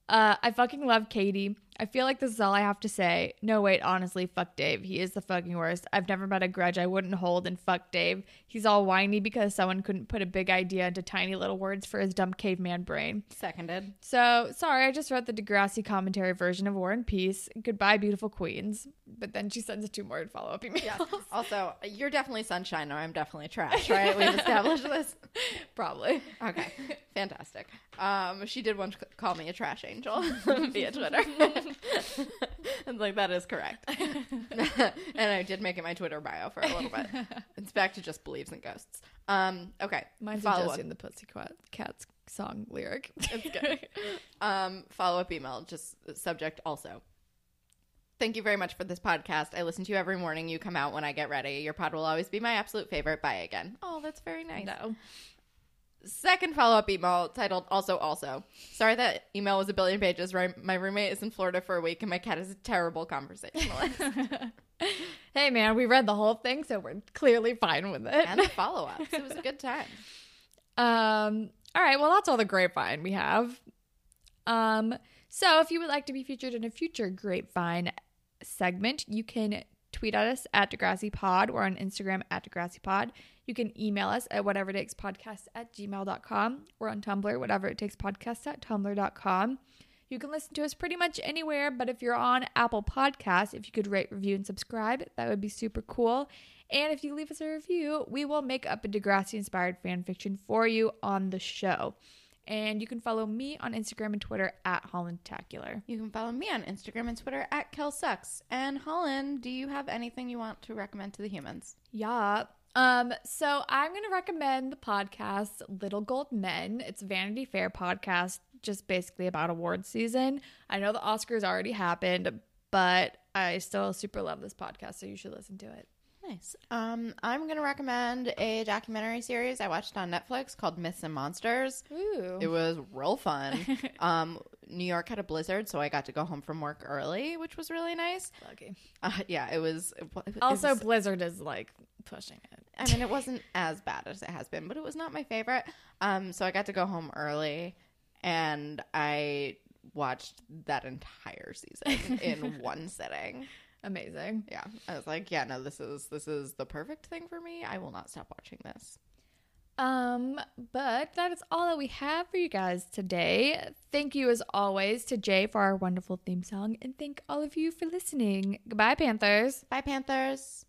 [SPEAKER 2] Uh, I fucking love Katie. I feel like this is all I have to say. No, wait, honestly, fuck Dave. He is the fucking worst. I've never met a grudge I wouldn't hold, and fuck Dave. He's all whiny because someone couldn't put a big idea into tiny little words for his dumb caveman brain.
[SPEAKER 1] Seconded.
[SPEAKER 2] So, sorry, I just read the Degrassi commentary version of War and Peace. Goodbye, beautiful queens. But then she sends a two more follow up email.
[SPEAKER 1] Yes. also, you're definitely sunshine, or I'm definitely trash. Right? We've established this.
[SPEAKER 2] Probably.
[SPEAKER 1] Okay, fantastic. Um, she did once c- call me a trash angel via Twitter. I'm like, that is correct. and I did make it my Twitter bio for a little bit. It's back to just beliefs and ghosts. Um, okay,
[SPEAKER 2] Mine's
[SPEAKER 1] follow
[SPEAKER 2] just
[SPEAKER 1] up.
[SPEAKER 2] in the Pussycat Cat's song lyric.
[SPEAKER 1] Um, follow up email, just subject also. Thank you very much for this podcast. I listen to you every morning. You come out when I get ready. Your pod will always be my absolute favorite. Bye again. Oh, that's very nice.
[SPEAKER 2] No.
[SPEAKER 1] Second follow up email titled Also Also. Sorry that email was a billion pages. Right, My roommate is in Florida for a week and my cat is a terrible conversationalist.
[SPEAKER 2] Hey man, we read the whole thing, so we're clearly fine with it.
[SPEAKER 1] and the follow ups. It was a good time.
[SPEAKER 2] Um, all right, well that's all the grapevine we have. Um, so if you would like to be featured in a future grapevine segment, you can tweet at us at Degrassi Pod or on Instagram at Degrassi Pod. You can email us at whatever takes podcast at gmail.com. We're on Tumblr, whatever it takes podcast at tumblr.com. You can listen to us pretty much anywhere, but if you're on Apple Podcasts, if you could rate, review, and subscribe, that would be super cool. And if you leave us a review, we will make up a Degrassi inspired fan fiction for you on the show. And you can follow me on Instagram and Twitter at Hollandtacular.
[SPEAKER 1] You can follow me on Instagram and Twitter at KelSucks. And Holland, do you have anything you want to recommend to the humans?
[SPEAKER 2] Yeah. Um, so I'm gonna recommend the podcast Little Gold Men. It's a Vanity Fair podcast, just basically about award season. I know the Oscars already happened, but I still super love this podcast, so you should listen to it.
[SPEAKER 1] Nice. Um, I'm going to recommend a documentary series I watched on Netflix called Myths and Monsters.
[SPEAKER 2] Ooh.
[SPEAKER 1] It was real fun. um, New York had a blizzard, so I got to go home from work early, which was really nice.
[SPEAKER 2] Lucky.
[SPEAKER 1] Uh, yeah, it was. It, wa- it
[SPEAKER 2] Also,
[SPEAKER 1] was-
[SPEAKER 2] Blizzard is like pushing it.
[SPEAKER 1] I mean, it wasn't as bad as it has been, but it was not my favorite. Um, so I got to go home early, and I watched that entire season in one sitting.
[SPEAKER 2] Amazing.
[SPEAKER 1] Yeah, I was like, yeah, no, this is this is the perfect thing for me. I will not stop watching this.
[SPEAKER 2] Um, but that is all that we have for you guys today. Thank you as always to Jay for our wonderful theme song, and thank all of you for listening. Goodbye, Panthers.
[SPEAKER 1] Bye, Panthers.